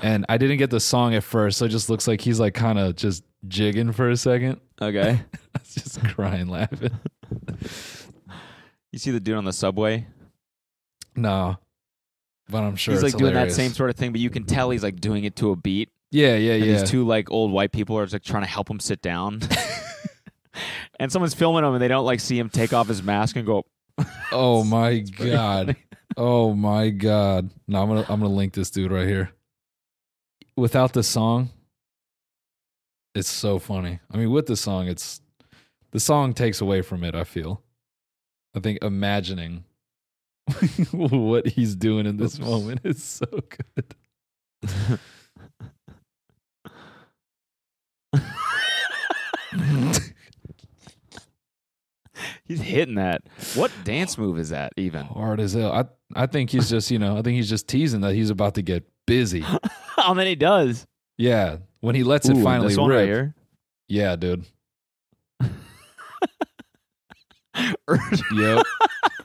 C: and i didn't get the song at first so it just looks like he's like kind of just jigging for a second
B: Okay.
C: i was just crying laughing
B: you see the dude on the subway?
C: no but i'm sure
B: he's
C: it's
B: like doing that
C: hilarious.
B: same sort of thing, but you can tell he's like doing it to a beat.
C: yeah yeah
B: And
C: yeah
B: these two like old white people are just like trying to help him sit down. and someone's filming him and they don't like see him take off his mask and go,
C: Oh my god. Oh my god. No, I'm gonna I'm gonna link this dude right here. Without the song, it's so funny. I mean, with the song, it's the song takes away from it, I feel. I think imagining what he's doing in this moment is so good.
B: he's hitting that. What dance move is that even?
C: Hard as hell. I, I think he's just, you know, I think he's just teasing that he's about to get busy.
B: and then Oh, he does.
C: Yeah. When he lets it
B: Ooh,
C: finally
B: this one right
C: rip.
B: here.
C: Yeah, dude. Yep.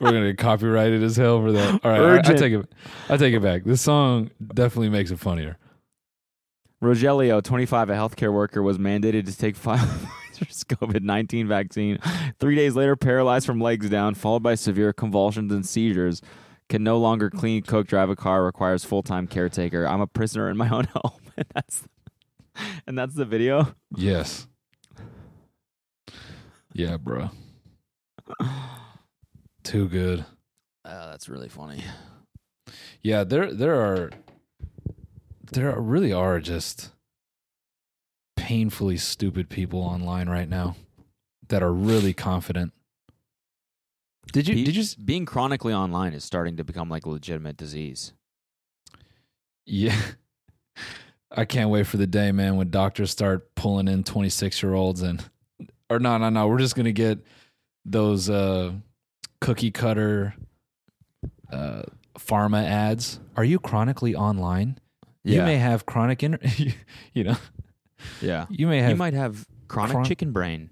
C: We're gonna get copyrighted as hell for that. All right, I- I,
B: Urgent.
C: take it. I take it back. This song definitely makes it funnier.
B: Rogelio, 25, a healthcare worker, was mandated to take five Pfizer's COVID 19 vaccine. Three days later, paralyzed from legs down, followed by severe convulsions and seizures. Can no longer clean, cook, drive a car. Requires full time caretaker. I'm a prisoner in my own home, and that's and that's the video.
C: Yes. Yeah, bro. Too good.
B: Oh, that's really funny.
C: Yeah, there there are there are- really are just painfully stupid people online right now that are really confident. Did you did you s-
B: being chronically online is starting to become like a legitimate disease.
C: Yeah. I can't wait for the day, man, when doctors start pulling in 26 year olds and, or no, no, no, we're just going to get those uh, cookie cutter uh, pharma ads. Are you chronically online? You may have chronic, inter- you know,
B: Yeah.
C: You may
B: You
C: have
B: might have chronic
C: chron-
B: chicken brain.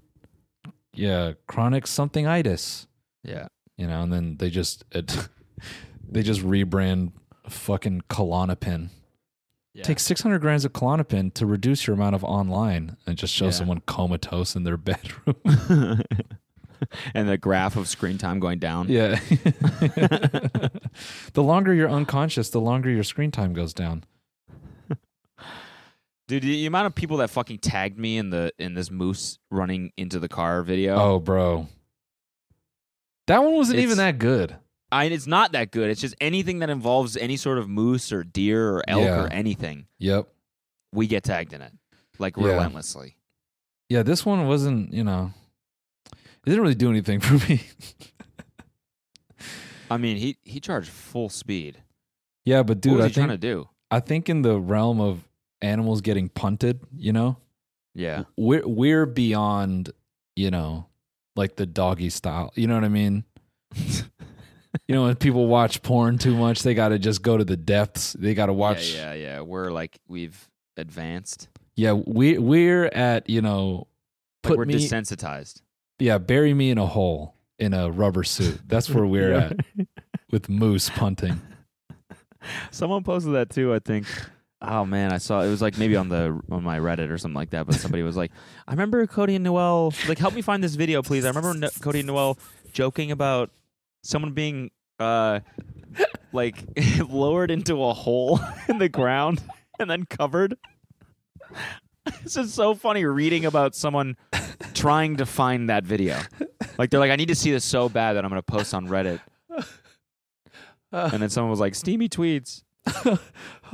C: yeah chronic something itis.
B: Yeah.
C: you know, and then they just it, they just rebrand fucking Klonopin.
B: Yeah.
C: Take 600 grams of Klonopin to reduce your amount of online and just show
B: Yeah.
C: someone comatose in their bedroom.
B: and the graph of screen time going down.
C: yeah. the longer you're unconscious, the longer your screen time goes down.
B: Dude, the amount of people that fucking tagged me in the in this moose running into the car video.
C: Oh, bro. That one wasn't even
B: It's-
C: that good.
B: I, it's not that good. It's just anything that involves any sort of moose or deer or elk
C: Yeah.
B: or anything,
C: Yep.
B: we get tagged in it like
C: Yeah.
B: relentlessly.
C: Yeah, this one wasn't, you know, it didn't really do anything for me.
B: I mean, he he charged full speed.
C: yeah, but dude,
B: what was
C: I
B: he trying
C: think
B: to do?
C: I think in the realm of animals getting punted, you know,
B: Yeah,
C: we're we're beyond, you know, like the doggy style. You know what I mean? you know, when people watch porn too much, they got to just go to the depths. They got to watch.
B: yeah, yeah, yeah. We're like we've advanced.
C: Yeah, we we're at you know,
B: Like,
C: put
B: we're
C: me.
B: desensitized.
C: yeah, bury me in a hole in a rubber suit. That's where we're at with moose punting.
B: Someone posted that too, I think. Oh man, I saw it was like maybe on the on my Reddit or something like that, but somebody was like, "I remember Cody and Noel like help me find this video, please. I remember no- Cody and Noel joking about someone being uh like lowered into a hole in the ground and then covered." This is so funny reading about someone trying to find that video. Like they're like, "I need to see this so bad that I'm going to post on Reddit." And then someone was like, "Steamy tweets."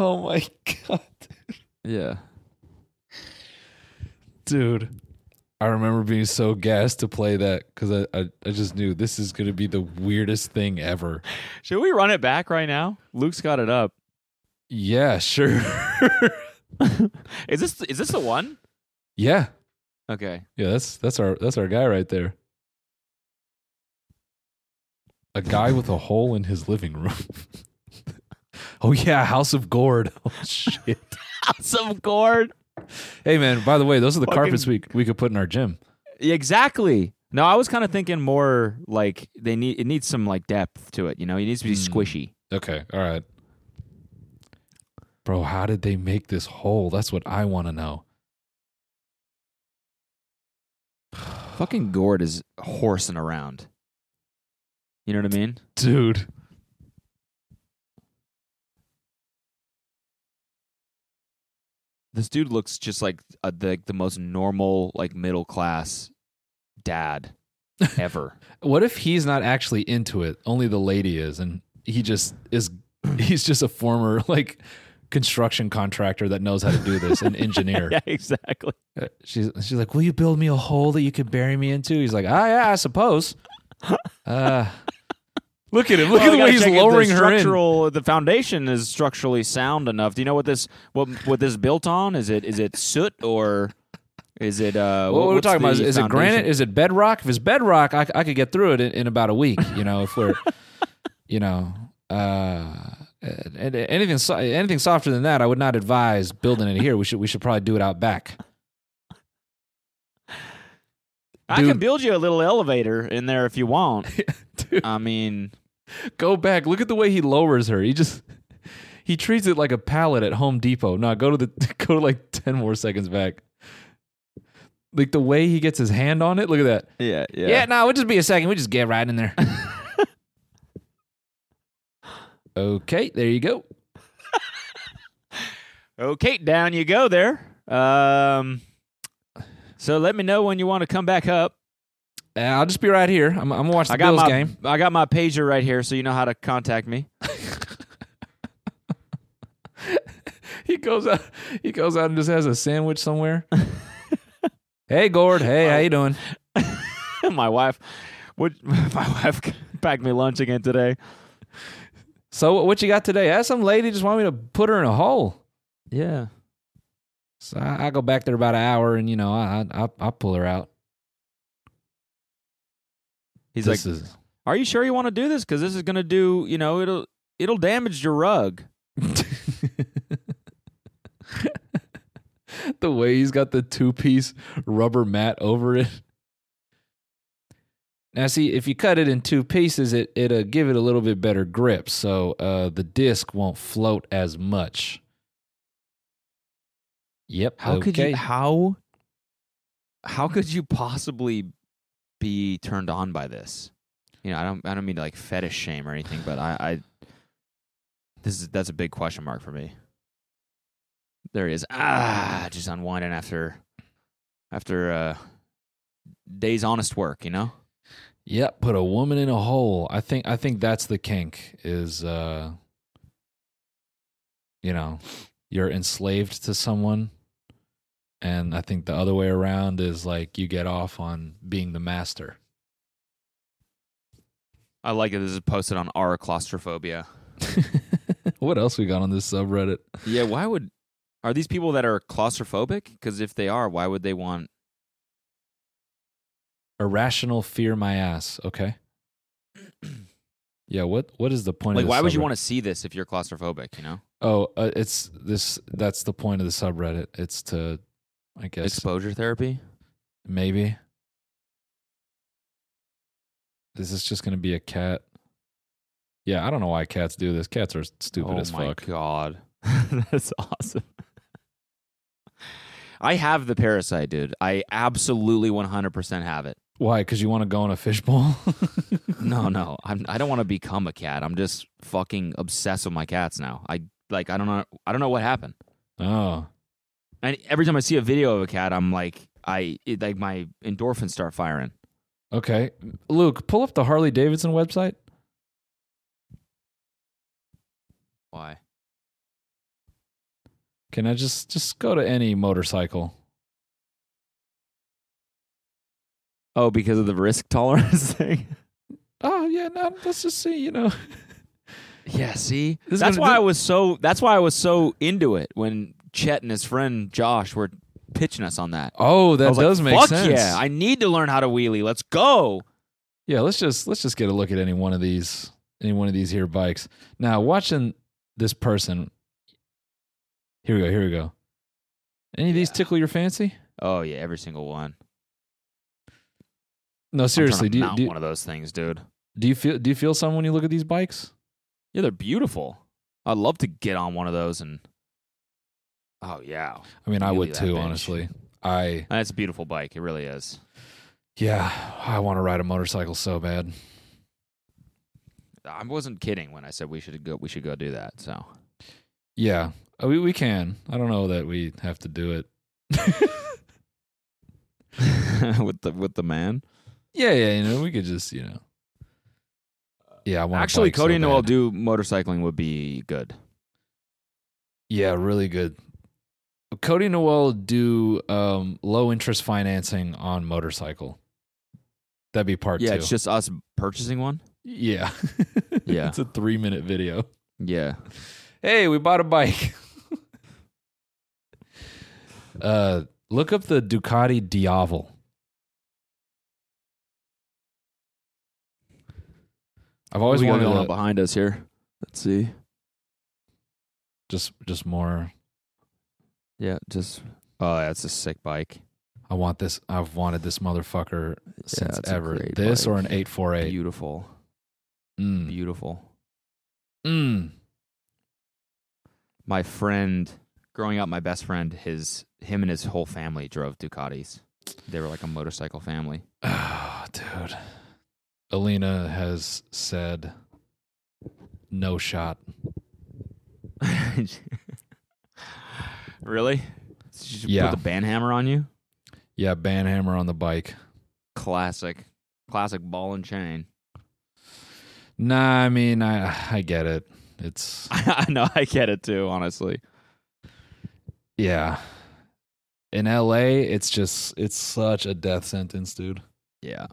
C: Oh my god,
B: Yeah.
C: dude! I remember being so gassed to play that because I, I I just knew this is gonna be the weirdest thing ever.
B: Should we run it back right now? Luke's got it up.
C: Yeah, sure.
B: Is this is this the one?
C: yeah,
B: Okay.
C: Yeah, that's that's our that's our guy right there. A guy with a hole in his living room. oh yeah, House of Gourd. Oh shit.
B: Some gourd.
C: hey man, by the way, those are the
B: Fucking-
C: carpets we we could put in our gym.
B: Exactly. No, I was kind of thinking more like they need it needs some like depth to it. You know, it needs to be
C: Mm.
B: squishy.
C: Okay, all right. Bro, how did they make this hole? That's what I want to know.
B: Fucking gourd is horsing around. You know what I mean?
C: Dude.
B: This dude looks just like uh the the most normal like middle class dad ever.
C: What if he's not actually into it? Only the lady is, and he just is. He's just a former like construction contractor that knows how to do this, an engineer.
B: exactly.
C: Uh, She's she's like, "Will you build me a hole that you could bury me into?" He's like, "Ah, yeah, I suppose." Uh, look at him! Look
B: Well, we
C: at the way
B: gotta
C: he's
B: check if
C: lowering
B: the
C: her in.
B: structural, The foundation is structurally sound enough. Do you know what this what what this built on? Is it is it soot or is it uh?
C: What we're
B: what's
C: talking about is,
B: the
C: is it granite?
B: foundation?
C: Is it bedrock? If it's bedrock, I, c- I could get through it in, in about a week. You know, if we're, you know, uh, and- and anything so- anything softer than that, I would not advise building it here. We should we should probably do it out back.
B: I can
C: dude.
B: build you a little elevator in there if you want.
C: Dude.
B: I mean,
C: Go back. Look at the way he lowers her. He just he treats it like a pallet at Home Depot. No, go to the go to like ten more seconds back. Like the way he gets his hand on it. Look at that.
B: yeah,
C: Yeah, no, we'll just be a second. We just get right in there. okay, there you go.
B: Okay, down you go there. Um, so let me know when you want to come back up.
C: Uh, I'll just be right here. I'm, I'm gonna watch the
B: I got
C: Bills
B: my
C: game.
B: I got my pager right here, so you know how to contact me.
C: He goes out. He goes out and just has a sandwich somewhere. hey, Gord. Hey, how you doing?
B: my wife would my wife packed me lunch again today.
C: So, what you got today? Ah, some lady just wanted me to put her in a hole.
B: Yeah.
C: So I, I go back there about an hour, and you know, I I I, I pull her out.
B: He's like,
C: this is
B: "Are you sure you want to do this? Because this is gonna do, you know, it'll it'll damage your rug."
C: like the way he's got the two piece rubber mat over it. Now, see, if you cut it in two pieces, it it'll give it a little bit better grip, so uh, the disc won't float as much. Yep.
B: How could
C: okay.
B: you how how could you possibly be turned on by this? You know, I don't I don't mean to like fetish shame or anything, but I, I this is that's a big question mark for me. There he is. Ah just unwinding after after uh days honest work, you know?
C: Yep, put a woman in a hole. I think I think that's the kink is uh you know, you're enslaved to someone. And I think the other way around is like you get off on being the master.
B: I like it. This is posted on our claustrophobia.
C: what else we got on this subreddit?
B: Yeah, why would are these people that are claustrophobic? Because if they are, why would they want
C: Irrational fear my ass, okay? Yeah, what what is the point
B: like
C: of
B: why would you want to see this if you're claustrophobic, you know?
C: to Oh, uh, it's this that's the point of the subreddit. It's to I guess
B: Exposure therapy?
C: Maybe. Is this just going to be a cat? Yeah, I don't know why cats do this. Cats are stupid
B: oh
C: as
B: my
C: fuck.
B: god, that's awesome. I have the parasite, dude. I absolutely 100% have it.
C: Why? Because you want to go in a fishbowl?
B: No, no, I'm, I don't want to become a cat. I'm just fucking obsessed with my cats now. I like, I don't know, I don't know what happened.
C: oh,
B: And every time I see a video of a cat, I'm like, I it, like my endorphins start firing.
C: okay. Luke, pull up the Harley Davidson website.
B: Why?
C: Can I just just go to any motorcycle?
B: Oh, because of the risk tolerance thing.
C: Oh yeah, no. Let's just see. You know,
B: Yeah, see,
C: This is
B: that's
C: gonna-
B: why
C: thi-
B: I was so. That's why I was so into it when Chet and his friend Josh were pitching us on that.
C: oh,
B: I
C: that
B: was like,
C: does make
B: Fuck
C: sense.
B: Yeah, I need to learn how to wheelie. Let's go.
C: Yeah, let's just let's just get a look at any one of these any one of these here bikes. Now, watching this person. Here we go. Here we go. Any of these
B: Yeah.
C: tickle your fancy?
B: Oh yeah, every single one.
C: No,
B: I'm trying to
C: seriously. Do you,
B: mount
C: do, you,
B: one of those things, dude.
C: do you feel do you feel some when you look at these bikes?
B: Yeah, they're beautiful. I'd love to get on one of those and. Oh yeah,
C: I mean, I
B: Really
C: would
B: that
C: too.
B: bitch.
C: Honestly, I
B: that's a beautiful bike. It really is.
C: yeah, I want to ride a motorcycle so bad.
B: I wasn't kidding when I said we should go. We should go do that. So
C: Yeah, Uh, we we can. I don't know that we have to do it.
B: with the with the man.
C: Yeah, yeah. You know, we could just you know. Yeah, I want a
B: Actually,
C: bike so
B: Cody and Noel
C: bad.
B: do motorcycling would be good.
C: Yeah, really good. Cody Noel do um, low interest financing on motorcycle. That'd be part
B: yeah,
C: two.
B: it's just us purchasing one.
C: yeah,
B: Yeah.
C: it's a three minute video.
B: Yeah,
C: Hey, we bought a bike. uh, look up the Ducati Diavel. I've always
B: we got
C: wanted
B: going on
C: to,
B: behind us here. Let's see.
C: just just more.
B: Yeah, just oh, that's a sick bike.
C: I want this. I've wanted this motherfucker since
B: it's a
C: ever.
B: great
C: This or
B: bike.
C: an eight four eight.
B: Beautiful, beautiful.
C: Mm.
B: My friend, growing up, my best friend, his him and his whole family drove Ducatis. They were like a motorcycle family.
C: Oh, dude. Alina has said no shot.
B: really? She
C: Yeah.
B: Put the ban hammer on you.
C: Yeah, banhammer on the bike.
B: Classic, classic ball and chain.
C: Nah, I mean I I get it. It's
B: I know. I get it too. Honestly.
C: yeah. In LA, it's just it's such a death sentence, dude.
B: Yeah.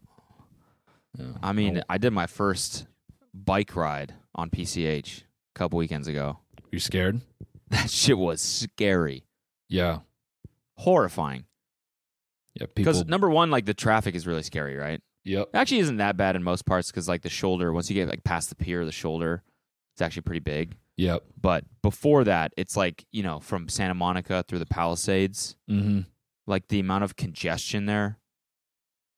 C: Yeah.
B: I mean, I did my first bike ride on PCH a couple weekends ago.
C: you scared?
B: That shit was scary,
C: Yeah.
B: horrifying.
C: Yeah, people
B: Because number one, like the traffic is really scary, right?
C: Yep.
B: It actually isn't that bad in most parts because like the shoulder, once you get like past the pier, the shoulder, it's actually pretty big.
C: Yep.
B: But before that, it's like, you know, from Santa Monica through the Palisades,
C: Mm-hmm.
B: like the amount of congestion there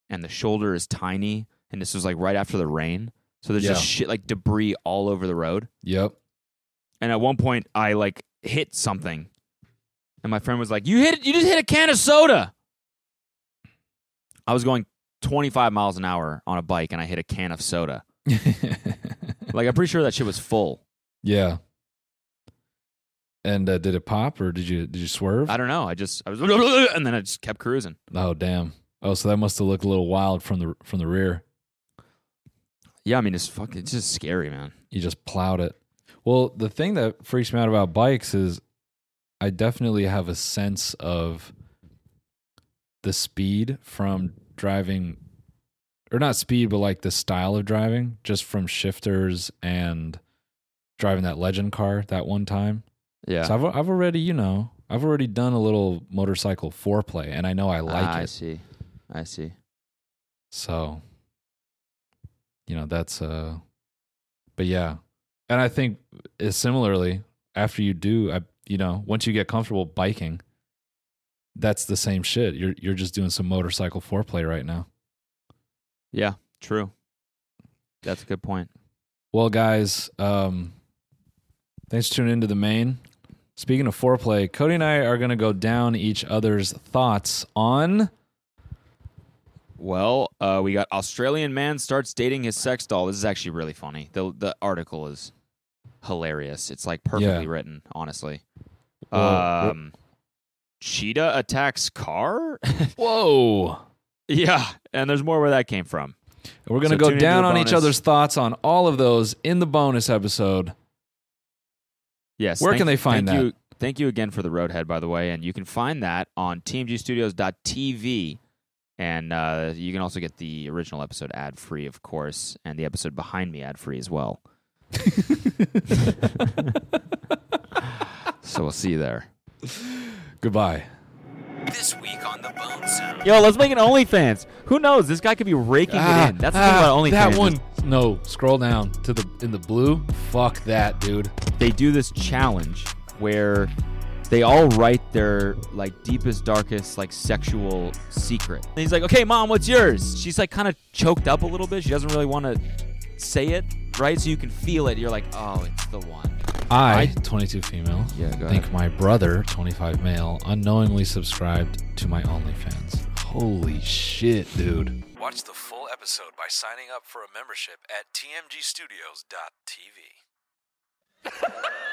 B: and the shoulder is tiny. And this was like right after the rain. So there's just
C: Yeah.
B: shit like debris all over the road.
C: Yep.
B: And at one point, I like hit something, and my friend was like, "You hit! You just hit a can of soda." I was going 25 miles an hour on a bike, and I hit a can of soda. Like I'm pretty sure that shit was full.
C: yeah. And uh, did it pop or did you did you swerve?
B: I don't know. I just I was, and then I just kept cruising.
C: oh damn. Oh, so that must have looked a little wild from the from the rear.
B: Yeah, I mean, it's fucking, it's just scary, man.
C: you just plowed it. Well, the thing that freaks me out about bikes is I definitely have a sense of the speed from driving or not speed, but like the style of driving just from shifters and driving that legend car that one time.
B: Yeah,
C: So I've I've already, you know, I've already done a little motorcycle foreplay and I know I like
B: Ah, I
C: it.
B: see, I see.
C: So, you know, that's uh but yeah. And I think uh, similarly, after you do, I you know, once you get comfortable biking, that's the same shit. You're you're just doing some motorcycle foreplay right now.
B: Yeah, true. That's a good point.
C: Well, guys, um thanks for tuning into the main. Speaking of foreplay, Cody and I are going to go down each other's thoughts on
B: Well, uh, we got Australian man starts dating his sex doll. This is actually really funny. The the article is hilarious. It's like perfectly
C: Yeah.
B: written, honestly.
C: Whoa.
B: um, cheetah attacks car.
C: Whoa.
B: yeah, and there's more where that came from.
C: We're going
B: So
C: to
B: tune
C: go
B: into
C: down
B: the
C: on each
B: bonus.
C: other's thoughts on all of those in the bonus episode.
B: Yes.
C: Where can they find
B: thank
C: that?
B: You, thank you again for the roadhead, by the way. And you can find that on tmgstudios.tv. And uh, you can also get the original episode ad free, of course, and the episode behind me ad free as well. so we'll see you there.
C: Goodbye.
B: Yo, let's make an OnlyFans. Who knows? This guy could be raking it in. That's the thing about OnlyFans.
C: Ah, That one. No, scroll down to the in the blue. Fuck that, dude.
B: they do this challenge where they all write their like deepest darkest like sexual secret and he's like okay mom what's yours she's like kind of choked up a little bit she doesn't really want to say it right so you can feel it you're like oh it's the one
C: I, 22 female,
B: Yeah, go
C: think
B: ahead.
C: my brother, 25 male, unknowingly subscribed to my OnlyFans. Holy shit, dude. Watch the full episode by signing up for a membership at tmgstudios.tv.